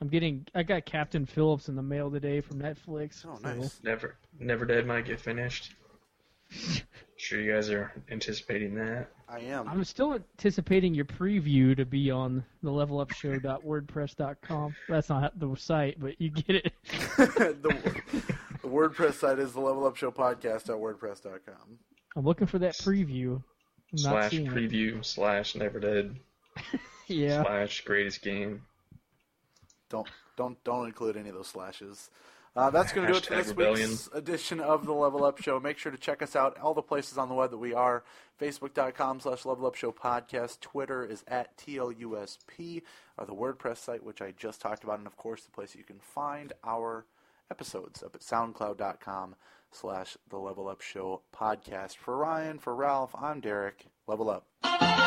I'm getting I got Captain Phillips in the mail today from Netflix. Oh, so- nice. Never, never did might get finished. sure, you guys are anticipating that. I am. I'm still anticipating your preview to be on the levelupshow.wordpress.com. That's not the site, but you get it. the, the WordPress site is the Level Up Show Podcast at WordPress.com. I'm looking for that preview. I'm not Slash seeing it. preview slash never did Yeah. slash greatest game. Don't don't don't include any of those slashes. Uh, that's going to do it for Hashtag this rebellion. week's edition of the Level Up Show. Make sure to check us out all the places on the web that we are. Facebook.com slash Level Up Show Podcast. Twitter is at TLUSP, or the WordPress site, which I just talked about. And, of course, the place you can find our episodes up at SoundCloud.com slash The Level Up Show Podcast. For Ryan, for Ralph, I'm Derek. Level Up.